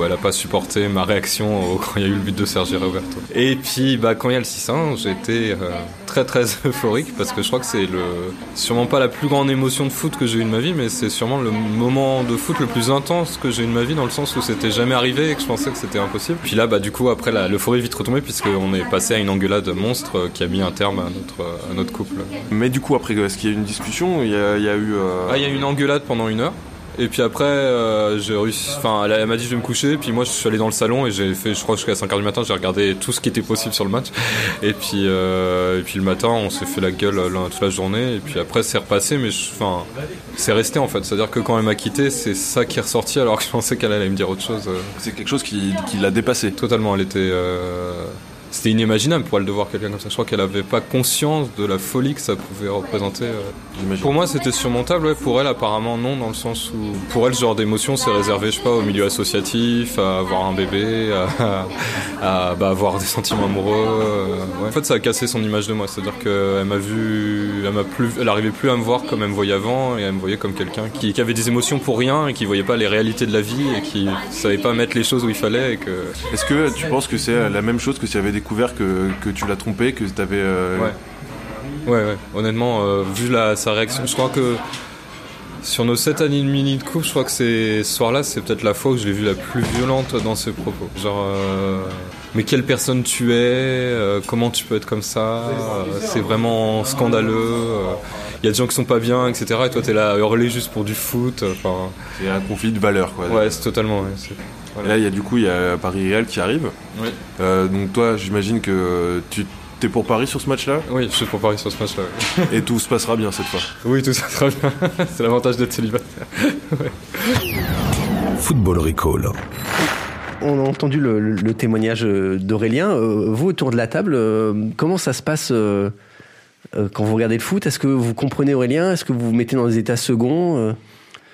où elle a pas supporté ma réaction au- *laughs* quand il y a eu le but de Sergio Roberto. Et puis, bah, quand il y a le 6-1, j'étais euh, très, très *laughs* euphorique parce que je crois que c'est le, sûrement pas la plus grande émotion de foot que j'ai eu de ma vie, mais c'est sûrement le moment de foot le plus intense que j'ai eu de ma vie dans le sens où c'était jamais arrivé et que je pensais que c'était impossible. Puis là, bah, du coup, après, la- l'euphorie est vite retombée puisqu'on est passé à une engueulade monstre euh, qui a mis un terme à notre, à notre couple. Mais du coup, après, est-ce qu'il y a eu une discussion Il y a, il y a eu. euh, Ah, il y a eu une engueulade pendant une heure. Et puis après, euh, j'ai réussi. Enfin, elle, elle m'a dit je vais me coucher. Puis moi, je suis allé dans le salon et j'ai fait, je crois, jusqu'à 5h du matin, j'ai regardé tout ce qui était possible sur le match. Et puis, euh, et puis le matin, on s'est fait la gueule euh, la- toute la journée. Et puis après, c'est repassé, mais je- enfin, c'est resté en fait. C'est-à-dire que quand elle m'a quitté, c'est ça qui est ressorti alors que je pensais qu'elle allait me dire autre chose. euh. C'est quelque chose qui, qui l'a dépassé. Totalement, elle était. euh, C'était inimaginable pour elle de voir quelqu'un comme ça. Je crois qu'elle n'avait pas conscience de la folie que ça pouvait représenter. euh. J'imagine. Pour moi, c'était surmontable. ouais. Pour elle, apparemment, non, dans le sens où pour elle, ce genre d'émotion, c'est réservé, je sais pas, au milieu associatif, à avoir un bébé, à, à, bah, avoir des sentiments amoureux. euh, ouais. En fait, ça a cassé son image de moi. C'est-à-dire qu'elle m'a vu, elle m'a plus, elle arrivait plus à me voir comme elle me voyait avant, et elle me voyait comme quelqu'un qui, qui avait des émotions pour rien et qui voyait pas les réalités de la vie et qui savait pas mettre les choses où il fallait et que Est-ce que tu penses que c'est euh, la même chose que si tu avais découvert que, que tu l'as trompé, que euh, tu avais. Ouais. Ouais, ouais. Honnêtement, euh, vu la, sa réaction, je crois que sur nos 7 années et demie de couple, je crois que c'est, ce soir-là, c'est peut-être la fois où je l'ai vue la plus violente dans ses propos. Genre, euh, mais quelle personne tu es euh, Comment tu peux être comme ça Euh, C'est vraiment scandaleux. Il y a des gens qui sont pas bien, etc. Et toi, t'es là à hurler juste pour du foot. euh, Enfin, C'est un conflit de valeurs, quoi. ouais, c'est totalement. ouais, c'est- Et là, il y a du coup, il y a Paris Real qui arrive. Oui. Euh, donc toi, j'imagine que tu t'es pour Paris sur ce match-là Oui, je suis pour Paris sur ce match-là. ouais. et tout se passera bien cette fois. Oui, tout ça *laughs* très bien. c'est l'avantage d'être célibataire. Football Recall. On a entendu le, le- le témoignage euh, d'Aurélien. Euh, Vous, autour de la table, euh, comment ça se passe euh, euh, quand vous regardez le foot Est-ce que vous comprenez Aurélien Est-ce que vous vous mettez dans des états seconds euh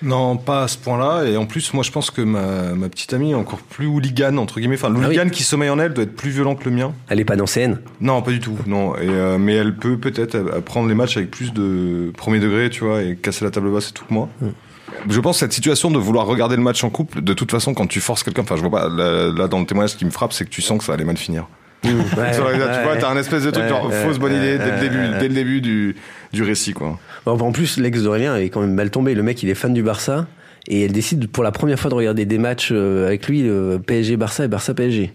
Non, pas à ce point-là. Et en plus, moi, je pense que ma, ma petite amie est encore plus hooligan, entre guillemets. Enfin, le Ah oui. hooligan qui sommeille en elle doit être plus violent que le mien. Allez pas dans scène. Non, pas du tout. Non. Et, euh, mais elle peut peut-être euh, prendre les matchs avec plus de premier degré, tu vois, et casser la table basse et tout que moi. Mm. Je pense que cette situation de vouloir regarder le match en couple, de toute façon, quand tu forces quelqu'un, enfin, je vois pas, là, là, dans le témoignage, ce qui me frappe, c'est que tu sens que ça allait mal finir. *laughs* Ouais, Mmh. tu vois, ouais, ouais. t'as un espèce de truc, Ouais, genre, ouais, fausse bonne ouais, idée, dès le ouais, début, ouais. dès le début du, du récit, quoi. Bon, En plus, l'ex d'Aurélien est quand même mal tombé. Le mec, il est fan du Barça. Et elle décide pour la première fois de regarder des matchs euh, avec lui, euh, PSG-Barça et Barça-PSG.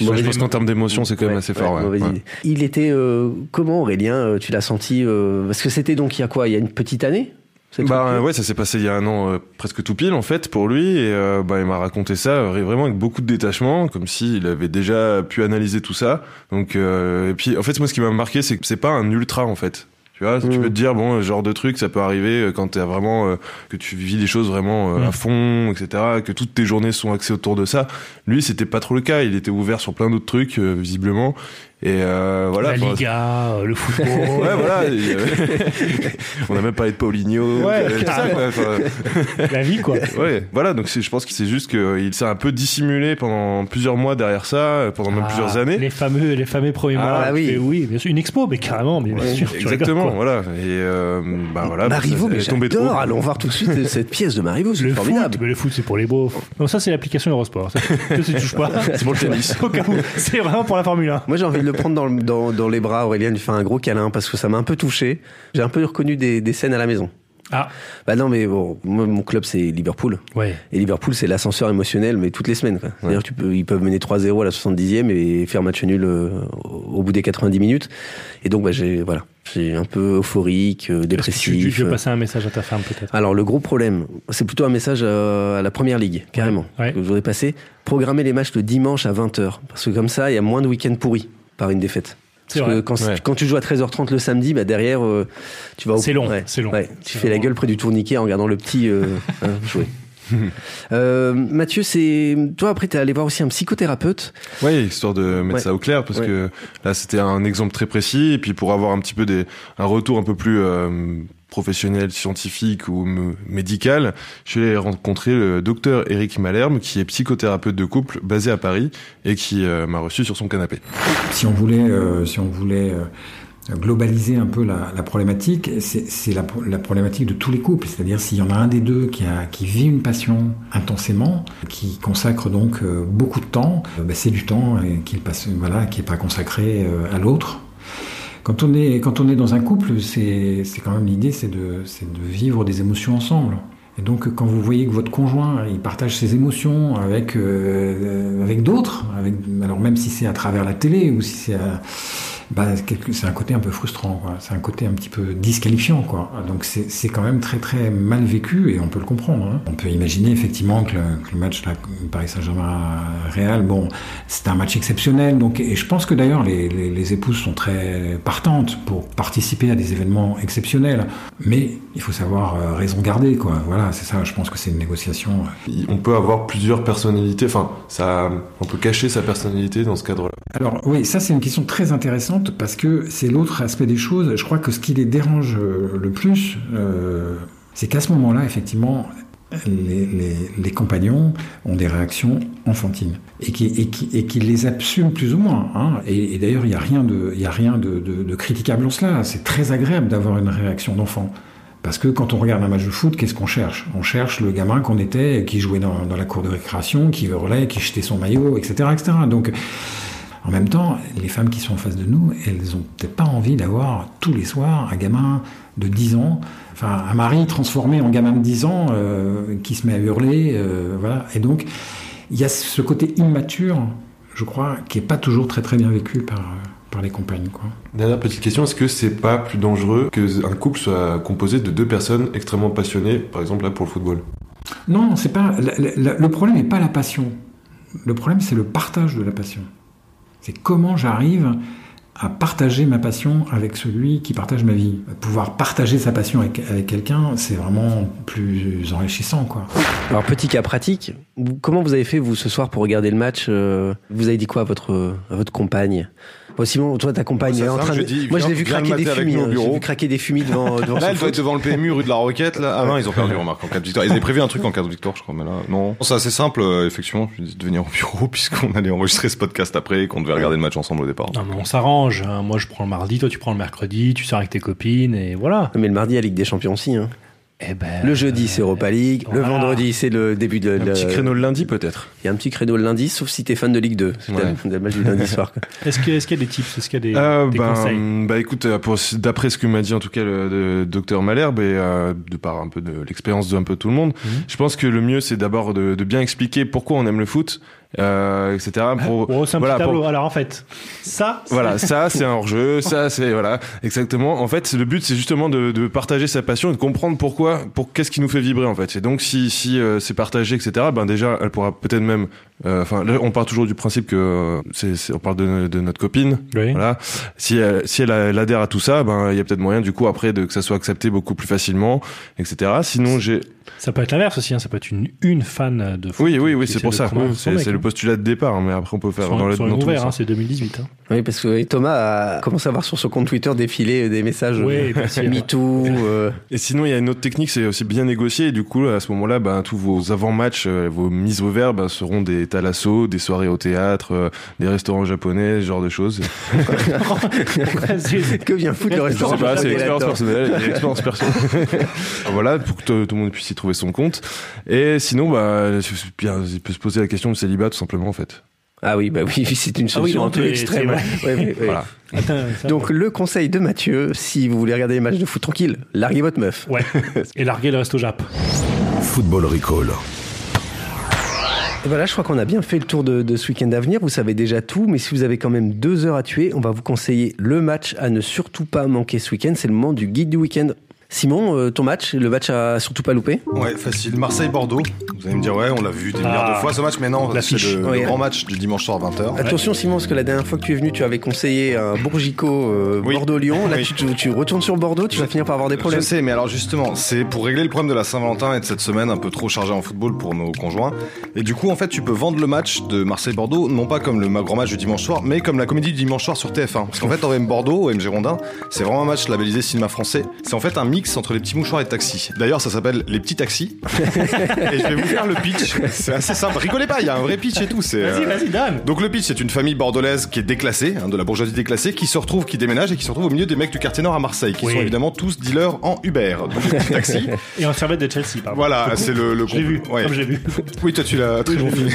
je pense qu'en termes d'émotion, c'est quand même Ouais, assez fort. ouais, ouais. mauvaise Ouais. idée. Il était euh, comment Aurélien euh, Tu l'as senti euh, Parce que c'était donc il y a quoi Il y a une petite année cette Bah rupture ouais, ça s'est passé il y a un an euh, presque tout pile en fait pour lui et euh, bah il m'a raconté ça euh, vraiment avec beaucoup de détachement, comme s'il avait déjà pu analyser tout ça. Donc euh, et puis en fait moi ce qui m'a marqué c'est que c'est pas un ultra en fait. Tu vois, tu Mm. peux te dire bon euh, ce genre de truc ça peut arriver euh, quand t'es vraiment euh, que tu vis les choses vraiment euh, à fond etc que toutes tes journées sont axées autour de ça. Lui c'était pas trop le cas, il était ouvert sur plein d'autres trucs euh, visiblement et euh, voilà. la enfin, Liga, euh, le football. *laughs* Ouais, voilà. il y avait- On n'a même parlé de Paulinho. Ouais, euh, tout ça, carrément. quoi, enfin, la vie, quoi. Ouais, voilà, donc c'est- je pense que c'est juste qu'il s'est un peu dissimulé pendant plusieurs mois derrière ça, euh, pendant même Ah, plusieurs années. Les fameux, les fameux premiers mois. bah tu oui. fais, oui, bien sûr. Une expo, mais carrément, mais bien sûr. tu Exactement, regardes, quoi. voilà. Et euh, bah voilà, Marivaux, elle mais est tombée trop. j'adore. Allons voir tout de suite cette pièce de Marivaux, c'est Le formidable. foot, mais le foot, c'est pour les beaux. Non, ça, c'est l'application Eurosport. Ça, ça, tu touches pas. C'est pour le tennis. *laughs* Au cas où. C'est vraiment pour la Formule 1. Moi, j'ai envie de le prendre dans, le- dans, dans les bras, Aurélien, lui faire un gros câlin parce que ça m'a un peu touché. J'ai un peu reconnu des, des scènes à la maison. Ah, Bah non, mais bon, moi, mon club, c'est Liverpool. ouais. Et Liverpool, c'est l'ascenseur émotionnel, mais toutes les semaines. quoi. C'est-à-dire tu peux, ils peuvent mener 3-0 à la 70e et faire match nul euh, au au bout des 90 minutes. Et donc, bah, j'ai voilà, j'ai un peu euphorique, euh, Tu, tu- dépressif. tu veux passer un message à ta femme, peut-être. Alors le gros problème, c'est plutôt un message euh, à la première ligue, carrément, Ouais. que je voudrais passer. Programmer les matchs le dimanche à 20h, parce que comme ça, il y a moins de week-ends pourris par une défaite. C'est Parce que vrai. quand, Ouais. quand tu joues à 13h30 le samedi, bah derrière, euh, tu vas au... C'est long, ouais, c'est long. ouais, tu C'est fais la long. gueule près du tourniquet en regardant le *laughs* petit euh, hein, jouer. Euh, Mathieu, c'est toi après t'es allé voir aussi un psychothérapeute. Ouais, histoire de mettre Ouais. ça au clair, parce Ouais. que là, c'était un exemple très précis, et puis pour avoir un petit peu des, un retour un peu plus euh, professionnel, scientifique ou m- médical, je suis allé rencontrer le docteur Éric Malherbe, qui est psychothérapeute de couple basé à Paris et qui euh, m'a reçu sur son canapé. Si on voulait, euh, si on voulait euh, globaliser un peu la, la problématique, c'est c'est la, pro- la problématique de tous les couples. C'est-à-dire s'il y en a un des deux qui, a- qui vit une passion intensément, qui consacre donc euh, beaucoup de temps, euh, bah, c'est du temps et qu'il passe, voilà, qui n'est pas consacré euh, à l'autre. Quand on est quand on est dans un couple, c'est c'est quand même l'idée, c'est de c'est de vivre des émotions ensemble. Et donc quand vous voyez que votre conjoint il partage ses émotions avec euh, avec d'autres, avec alors même si c'est à travers la télé ou si c'est à- bah, quelque- c'est un côté un peu frustrant, quoi. c'est un côté un petit peu disqualifiant, quoi. Donc c'est c'est quand même très très mal vécu et on peut le comprendre. hein. On peut imaginer effectivement que le, que le match là, Paris Saint-Germain-Real, bon, c'est un match exceptionnel. Donc et je pense que d'ailleurs les, les- les épouses sont très partantes pour participer à des événements exceptionnels. Mais il faut savoir euh, raison garder, quoi. Voilà, c'est ça. Je pense que c'est une négociation. Il- On peut avoir plusieurs personnalités, enfin, ça, on peut cacher sa personnalité dans ce cadre-là. Alors oui, ça c'est une question très intéressante parce que c'est l'autre aspect des choses. Je crois que ce qui les dérange euh, le plus, euh, c'est qu'à ce moment-là, effectivement, les, les- les compagnons ont des réactions enfantines et qui, et qui- et qui les assument plus ou moins. hein. Et, et d'ailleurs, il n'y a rien, de, il y a rien de, de- de critiquable en cela. C'est très agréable d'avoir une réaction d'enfant. Parce que quand on regarde un match de foot, qu'est-ce qu'on cherche On cherche le gamin qu'on était, qui jouait dans, dans la cour de récréation, qui hurlait, qui jetait son maillot, etc. etc. Donc, en même temps, les femmes qui sont en face de nous, elles ont peut-être pas envie d'avoir tous les soirs un gamin de 10 ans, enfin un mari transformé en gamin de 10 ans euh, qui se met à hurler, euh, voilà. Et donc, il y a ce côté immature, je crois, qui est pas toujours très très bien vécu par, euh, par les compagnes, quoi. Dernière petite question, est-ce que c'est pas plus dangereux qu'un couple soit composé de deux personnes extrêmement passionnées, par exemple là pour le football Non, c'est pas. la- la- la- le problème n'est pas la passion. Le problème, c'est le partage de la passion. C'est comment j'arrive à partager ma passion avec celui qui partage ma vie. Pouvoir partager sa passion avec, avec quelqu'un, c'est vraiment plus enrichissant, quoi. Alors, petit cas pratique, vous- comment vous avez fait, vous, ce soir, pour regarder le match euh, Vous avez dit quoi à votre, à votre compagne Bon, Simon, toi, ta compagne Ça, est en ça, train je de... dis, Moi, je l'ai viens- vu viens craquer le des mater avec fumis. nous au hein. J'ai bureau. vu craquer des fumis *laughs* devant, devant Là, son elle doit foot. être devant le PMU rue de la Roquette. Là. Ah non, ils ont perdu, remarque, en cas de victoire. Ils avaient prévu un truc en cas de victoire, je crois, mais là, non. C'est assez simple, euh, effectivement, je me suis dit de venir au bureau, *laughs* puisqu'on allait enregistrer ce podcast après et qu'on devait regarder le match ensemble au départ. Non, mais on s'arrange. hein. Moi, je prends le mardi, toi, tu prends le mercredi, tu sors avec tes copines, et voilà. Mais le mardi, la Ligue des Champions aussi. hein. Eh ben, Euh, Le jeudi, c'est Europa League. Le voilà. vendredi, c'est le début de... Un de- petit créneau le lundi peut-être. Il y a un petit créneau le lundi, sauf si t'es fan de Ligue 2. C'est Ouais. le- le match du lundi soir. *laughs* quoi. Est-ce que- est-ce qu'il y a des tips Est-ce qu'il y a des, Euh, des ben, conseils bah écoute, euh, pour- d'après ce que m'a dit en tout cas le, le docteur Malherbe et euh, de par un peu de l'expérience d'un peu tout le monde, Mhm. je pense que le mieux c'est d'abord de, de bien expliquer pourquoi on aime le foot, euh, etc. Pour, Oh, c'est un voilà, petit pour- tableau. Alors, en fait, ça, c'est- *laughs* Voilà, ça c'est un hors-jeu, ça c'est voilà, exactement. En fait, c'est- le but c'est justement de, de partager sa passion et de comprendre pourquoi, pour qu'est-ce qui nous fait vibrer en fait. Et donc si si euh, c'est partagé, etc. Ben déjà, elle pourra peut-être même. euh, Enfin, là, on part toujours du principe que euh, c'est, c'est- on parle de, de notre copine. Oui. Voilà. Si elle, si elle, elle adhère à tout ça, ben il y a peut-être moyen du coup après de que ça soit accepté beaucoup plus facilement, etc. Sinon j'ai. ça peut être l'inverse aussi. hein. Ça peut être une, une fan de foot. Oui, oui, oui, qui c'est essaie pour de ça. convaincre son C'est, mec, c'est hein. le postulat de départ, mais après on peut faire Sur- dans, le, sur dans un tous les ouvert, hein, sens. c'est 2018. *laughs* hein. *laughs* Oui, parce que Thomas a commencé à voir sur son compte Twitter défiler euh, des messages Oui, bien sûr. euh, MeToo. euh, Et sinon, il y a une autre technique, c'est aussi bien négocier. Et du coup, à ce moment-là, ben, tous vos avant-matchs, euh, vos mises au vert ben, seront des talasso, des soirées au théâtre, euh, des restaurants japonais, ce genre de choses. C'est- que vient foutre le Je restaurant sais pas, c'est japonais l'expérience là-dedans personnelle. et L'expérience *laughs* personnelle. Ah, voilà, pour que tout tout le monde puisse y trouver son compte. Et sinon, bah, bien, il peut se poser la question du célibat, tout simplement, en fait. Ah oui, bah oui, *laughs* c'est une Ah oui, solution non, un peu mais extrême. c'est Ouais, ouais, ouais. Voilà. Attends, *laughs* ça- Donc le conseil de Mathieu, si vous voulez regarder les matchs de foot tranquille, larguez votre meuf. Ouais. Et larguer le resto Jap. Football Recall. Et voilà, je crois qu'on a bien fait le tour de, de ce week-end à venir. Vous savez déjà tout, mais si vous avez quand même deux heures à tuer, on va vous conseiller le match à ne surtout pas manquer ce week-end. C'est le moment du guide du week-end. Simon, euh, ton match, le match à surtout pas louper Ouais, facile. Marseille-Bordeaux. Vous allez me dire, ouais, on l'a vu des Ah. milliards de fois ce match, mais non, c'est L'affiche. le, le Ouais. grand match du dimanche soir à 20h. Attention Simon, parce que la dernière fois que tu es venu, tu avais conseillé un Bourgico euh, Oui. Bordeaux-Lyon. Là, Oui. tu, tu- tu retournes sur Bordeaux, tu vas finir par avoir des problèmes. Je sais, mais alors justement, c'est pour régler le problème de la Saint-Valentin et de cette semaine un peu trop chargée en football pour nos conjoints. Et du coup, en fait, tu peux vendre le match de Marseille-Bordeaux, non pas comme le ma- grand match du dimanche soir, mais comme la comédie du dimanche soir sur TF1. Parce qu'en fait, OM Bordeaux, OM Girondin, c'est vraiment un match labellisé cinéma français. C'est en fait un mix entre les petits mouchoirs et les taxis. D'ailleurs, ça s'appelle les *laughs* petits taxis. et je vais vous faire le pitch. C'est assez simple. Rigolez pas, il y a un vrai pitch et tout. C'est, Vas-y, euh, vas-y, donne. donc le pitch, c'est une famille bordelaise qui est déclassée, hein, de la bourgeoisie déclassée, qui se retrouve, qui déménage et qui se retrouve au milieu des mecs du quartier nord à Marseille, qui Oui. sont évidemment tous dealers en Uber, donc des *laughs* petits taxis. Et en servette de Chelsea, pardon. Voilà, c'est le, le Je l'ai vu, compl- ouais. comme j'ai vu. *laughs* Oui, toi tu l'as très bon *laughs* filé.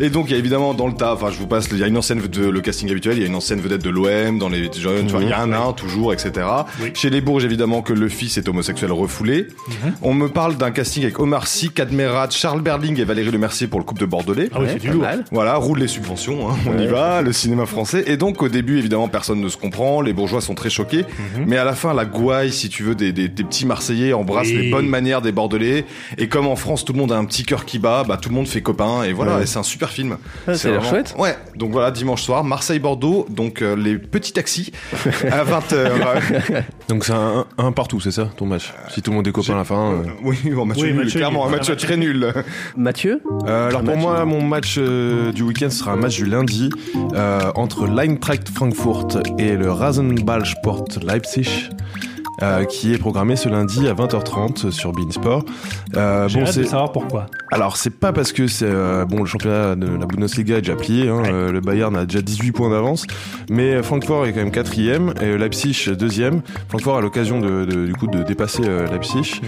Et donc il y a évidemment dans le tas, enfin je vous passe, il y a une ancienne de le casting habituel, il y a une ancienne vedette de l'OM dans les jeunes, tu vois, il y a un nain toujours, etc. Mhm. Oui. Chez les Bourges évidemment que le fils est homosexuel refoulé. Mhm. On me parle d'un casting avec Omar Sy, Cadmerat, Charles Berling et Valérie Lemercier pour le couple de Bordelais. Ah oui, c'est du lourd. Voilà, roule les subventions, hein, on y va, le cinéma français. Et donc au début, évidemment, personne ne se comprend, les bourgeois sont très choqués. Mhm. Mais à la fin, la gouaille, si tu veux, des, des, des petits Marseillais embrasse Oui. les bonnes manières des Bordelais. Et comme en France, tout le monde a un petit cœur qui bat, bah, tout le monde fait copain. Et voilà, et c'est un super film. Ah, ça a l'air chouette. Ouais, donc voilà, dimanche soir, Marseille-Bordeaux, donc euh, les petits taxis *laughs* à 20h. Donc c'est un, un partout, c'est ça, ton match Si tout le monde est copain à la fin. euh. *laughs* oui, bon, match Oui, nul, match clairement, nul. un match très nul. Mathieu Euh, alors Un pour match, moi, euh, mon match euh, du week-end sera un match du lundi euh, entre l'Eintracht Frankfurt et le Rasenball Sport Leipzig. euh, qui est programmé ce lundi à 20h30 sur Beansport. Euh, J'ai bon, hâte de c'est savoir pourquoi. alors c'est pas parce que c'est euh, bon le championnat de la Bundesliga est déjà plié, hein, euh, le Bayern a déjà 18 points d'avance, mais Francfort est quand même quatrième et Leipzig deuxième. Francfort a l'occasion de, de- du coup de dépasser euh, Leipzig,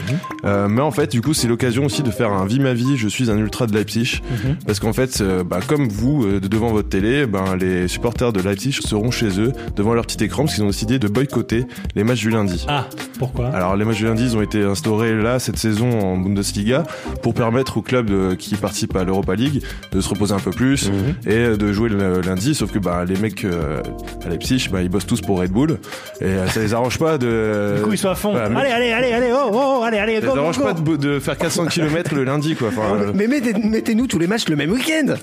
Euh, mais en fait du coup c'est l'occasion aussi de faire un vie ma vie, je suis un ultra de Leipzig, Mhm. parce qu'en fait euh, bah, comme vous euh, de- devant votre télé, ben les supporters de Leipzig seront chez eux devant leur petit écran parce qu'ils ont décidé de boycotter les matchs du lundi. Ah, pourquoi Alors les matchs du lundi ils ont été instaurés là cette saison en Bundesliga pour permettre aux clubs euh, qui participent à l'Europa League de se reposer un peu plus Mhm. et euh, de jouer le lundi sauf que bah les mecs euh, à Leipzig bah, ils bossent tous pour Red Bull et euh, ça les arrange pas de *laughs* Du coup, ils sont à fond. Voilà, mais- allez, allez, allez, allez, oh, oh, oh, allez, allez, ça go, les go, arrange pas go. de, bo- de faire 400 km le lundi quoi. *laughs* Enfin, euh, Mais mettez- mettez-nous tous les matchs le même week-end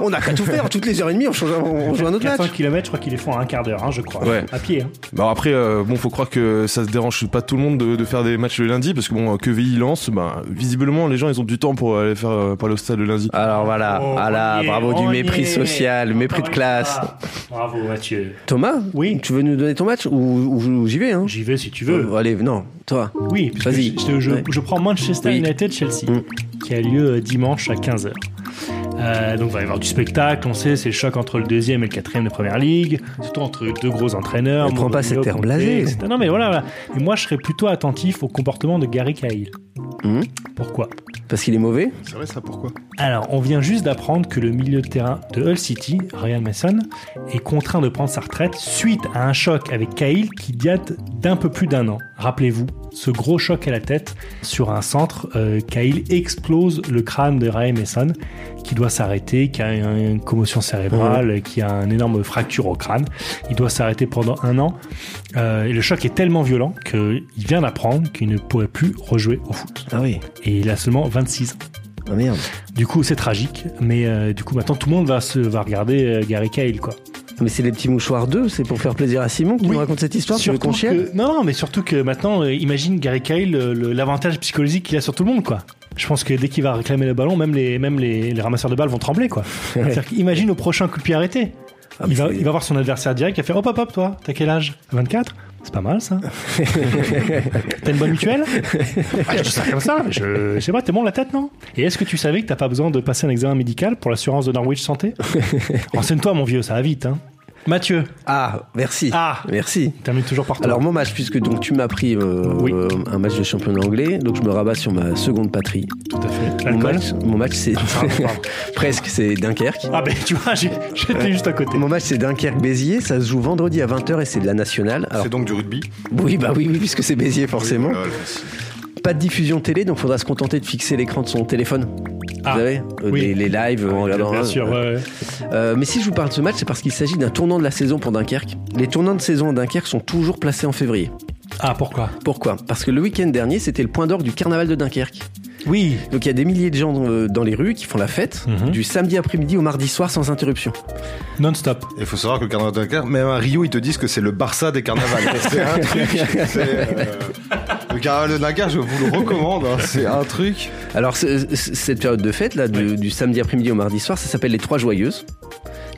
On a qu'à tout faire, toutes les heures et demie, on, change, on, on joue un autre 400 match km, je crois qu'ils les font en un quart d'heure, hein, je crois. Ouais. À pied. hein. Bah après, euh, bon, faut croire que ça se dérange pas tout le monde de, de faire des matchs le lundi, parce que bon, euh, que VI lance, bah, visiblement, les gens, ils ont du temps pour aller faire, euh, pour aller au stade le lundi. Alors voilà, Oh, Ah, voilà, on y est, Ah, bravo du on y mépris est. social, mépris de Encore une classe. fois. Bravo Mathieu. Thomas, Oui. tu veux nous donner ton match ou, ou- ou j'y vais hein J'y vais si tu veux. Euh, Allez, non, toi. Oui, puisque Vas-y. Je, je- Ouais. je prends Manchester Oui. United Chelsea, Mm. qui a lieu euh, dimanche à 15h. donc il va y avoir du spectacle, on sait, c'est le choc entre le deuxième et le quatrième de Première Ligue, surtout entre deux gros entraîneurs. Mais prends pas Mourinho, cet air Conte, blasé. etc. Non mais voilà, voilà. Et moi je serais plutôt attentif au comportement de Gary Cahill. Mm. Pourquoi Parce qu'il est mauvais C'est vrai ça, pourquoi Alors, on vient juste d'apprendre que le milieu de terrain de Hull City, Ryan Mason, est contraint de prendre sa retraite suite à un choc avec Cahill qui date d'un peu plus d'un an. Rappelez-vous, ce gros choc à la tête sur un centre, euh, Cahill explose le crâne de Ryan Mason qui doit s'arrêter, qui a une commotion cérébrale, qui a une énorme fracture au crâne. Il doit s'arrêter pendant un an. Euh, et le choc est tellement violent qu'il vient d'apprendre qu'il ne pourrait plus rejouer au foot. Ah oui, Et il a seulement 26 ans. ah merde. Du coup, c'est tragique, mais euh, du coup, maintenant tout le monde va se va regarder euh, Gary Cahill quoi. Mais c'est les petits mouchoirs 2, c'est pour faire plaisir à Simon qui Oui. nous raconte cette histoire, tu veux Surtout qu'on chiale que- non, non, mais surtout que maintenant, euh, imagine Gary Cahill euh, le- l'avantage psychologique qu'il a sur tout le monde quoi. Je pense que dès qu'il va réclamer le ballon, même les même les, les ramasseurs de balles vont trembler *laughs* quoi. C'est-à-dire qu'imagine au prochain coup de pied arrêté. Ah, mais il, va, c'est- il va voir son adversaire direct, il va faire Hop, hop, hop, toi, t'as quel âge 24 C'est pas mal *laughs* ça. t'as une bonne mutuelle Ah, Je dis ça comme ça, je, je sais pas, t'es bon la tête, non Et est-ce que tu savais que t'as pas besoin de passer un examen médical pour l'assurance de Norwich *laughs* Santé Renseigne-toi, mon vieux, ça va vite. Hein. Mathieu, Ah, merci. Ah. Merci. termine toujours par toi. Alors mon match, puisque donc tu m'as pris euh, Oui. euh, un match de championnat anglais, donc je me rabats sur ma seconde patrie. Tout à fait. Mon L'alcool Ah, match, mon match c'est pardon. *laughs* presque, c'est Dunkerque. Ah, ben tu vois, j'ai- j'étais juste à côté. Mon match c'est Dunkerque-Béziers, ça se joue vendredi à 20h et c'est de la nationale. Alors, C'est donc du rugby oui, bah oui, oui, puisque c'est Béziers forcément. Oui, voilà, le principe. bah Pas de diffusion télé, donc faudra se contenter de fixer l'écran de son téléphone. Ah, Vous savez, euh, oui. Ah, les, les lives euh, en regardant. Bien sûr, euh, ouais. euh, mais si je vous parle de ce match, c'est parce qu'il s'agit d'un tournant de la saison pour Dunkerque. Les tournants de saison à Dunkerque sont toujours placés en février. Ah, pourquoi Pourquoi Parce que le week-end dernier, c'était le point d'or du carnaval de Dunkerque. Oui. Donc il y a des milliers de gens euh, dans les rues qui font la fête Mhm. du samedi après-midi au mardi soir sans interruption. Non-stop. Il faut savoir que le carnaval de Dunkerque, même à Rio, ils te disent que c'est le Barça des carnavals. *laughs* c'est un truc. c'est, *laughs* euh, le carnaval de Dunkerque, je vous le recommande. hein, c'est un truc. Alors ce- ce- cette période de fête là, du, du samedi après-midi au mardi soir, ça s'appelle les Trois Joyeuses.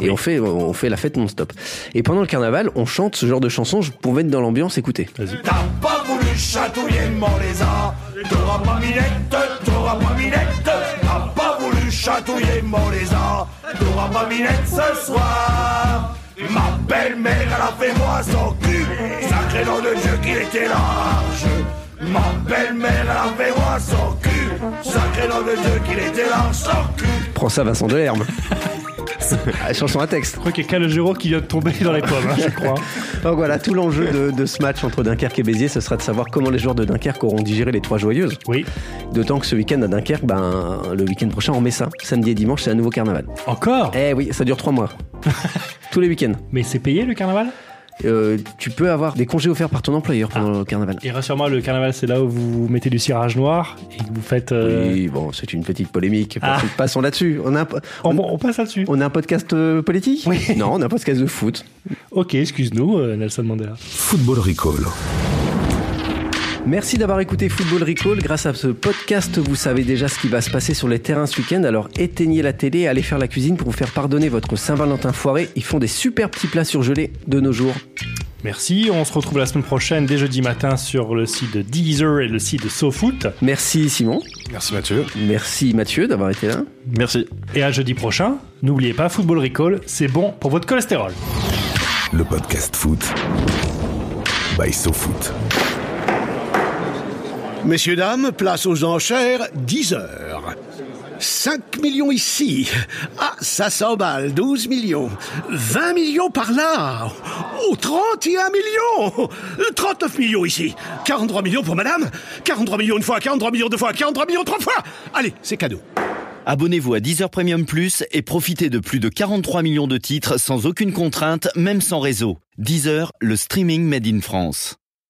Et on fait, on fait la fête non-stop. Et pendant le carnaval, on chante ce genre de chansons pour mettre dans l'ambiance, écoutez. Vas-y. T'as pas voulu chatouiller les a T'auras pas minette, t'auras pas minette T'as pas voulu chatouiller les a T'auras pas minette ce soir Ma belle-mère, elle a fait moi son cul Sacré nom de Dieu qu'il était large Ma belle-mère, elle a fait moi son cul Sacré nom de Dieu qu'il était large Son cul Prends ça, Vincent Delerme. Allez, chanson à texte. Je crois qu'il y a Calogero qui vient de tomber dans les pommes, hein, je crois. Donc voilà, tout l'enjeu de, de ce match entre Dunkerque et Béziers, ce sera de savoir comment les joueurs de Dunkerque auront digéré les trois joyeuses. *laughs* Oui. D'autant que ce week-end à Dunkerque, ben, le week-end prochain, on met ça. Samedi et dimanche, c'est un nouveau carnaval. Encore Eh oui, ça dure trois mois. Tous les week-ends. Mais c'est payé le carnaval Euh, tu peux avoir des congés offerts par ton employeur pendant le carnaval. Et rassure-moi, le carnaval, c'est là où vous mettez du cirage noir et que vous faites. euh, Oui, bon, c'est une petite polémique. Ah. Passons là-dessus. On a, un, po- On, on- on passe là-dessus. on a un podcast euh, politique Oui. *laughs* Non, on a un podcast de foot. Ok, excuse-nous, euh, Nelson Mandela. Football Recall. Merci d'avoir écouté Football Recall. Grâce à ce podcast, vous savez déjà ce qui va se passer sur les terrains ce week-end. Alors éteignez la télé, allez faire la cuisine pour vous faire pardonner votre Saint-Valentin foiré. Ils font des super petits plats surgelés de nos jours. Merci. On se retrouve la semaine prochaine dès jeudi matin sur le site de Deezer et le site de SoFoot. Merci Simon. Merci Mathieu. Merci Mathieu d'avoir été là. Merci. Et à jeudi prochain, n'oubliez pas, Football Recall, c'est bon pour votre cholestérol. Le podcast foot. By SoFoot. Messieurs, dames, place aux enchères, 10 heures. 5 millions ici. Ah, ça s'emballe, 12 millions. 20 millions par là. Oh, 31 millions. 39 millions ici. 43 millions pour madame. 43 millions une fois, 43 millions deux fois, 43 millions trois fois. Allez, c'est cadeau. Abonnez-vous à Deezer Premium Plus et profitez de plus de 43 millions de titres sans aucune contrainte, même sans réseau. Deezer, le streaming made in France.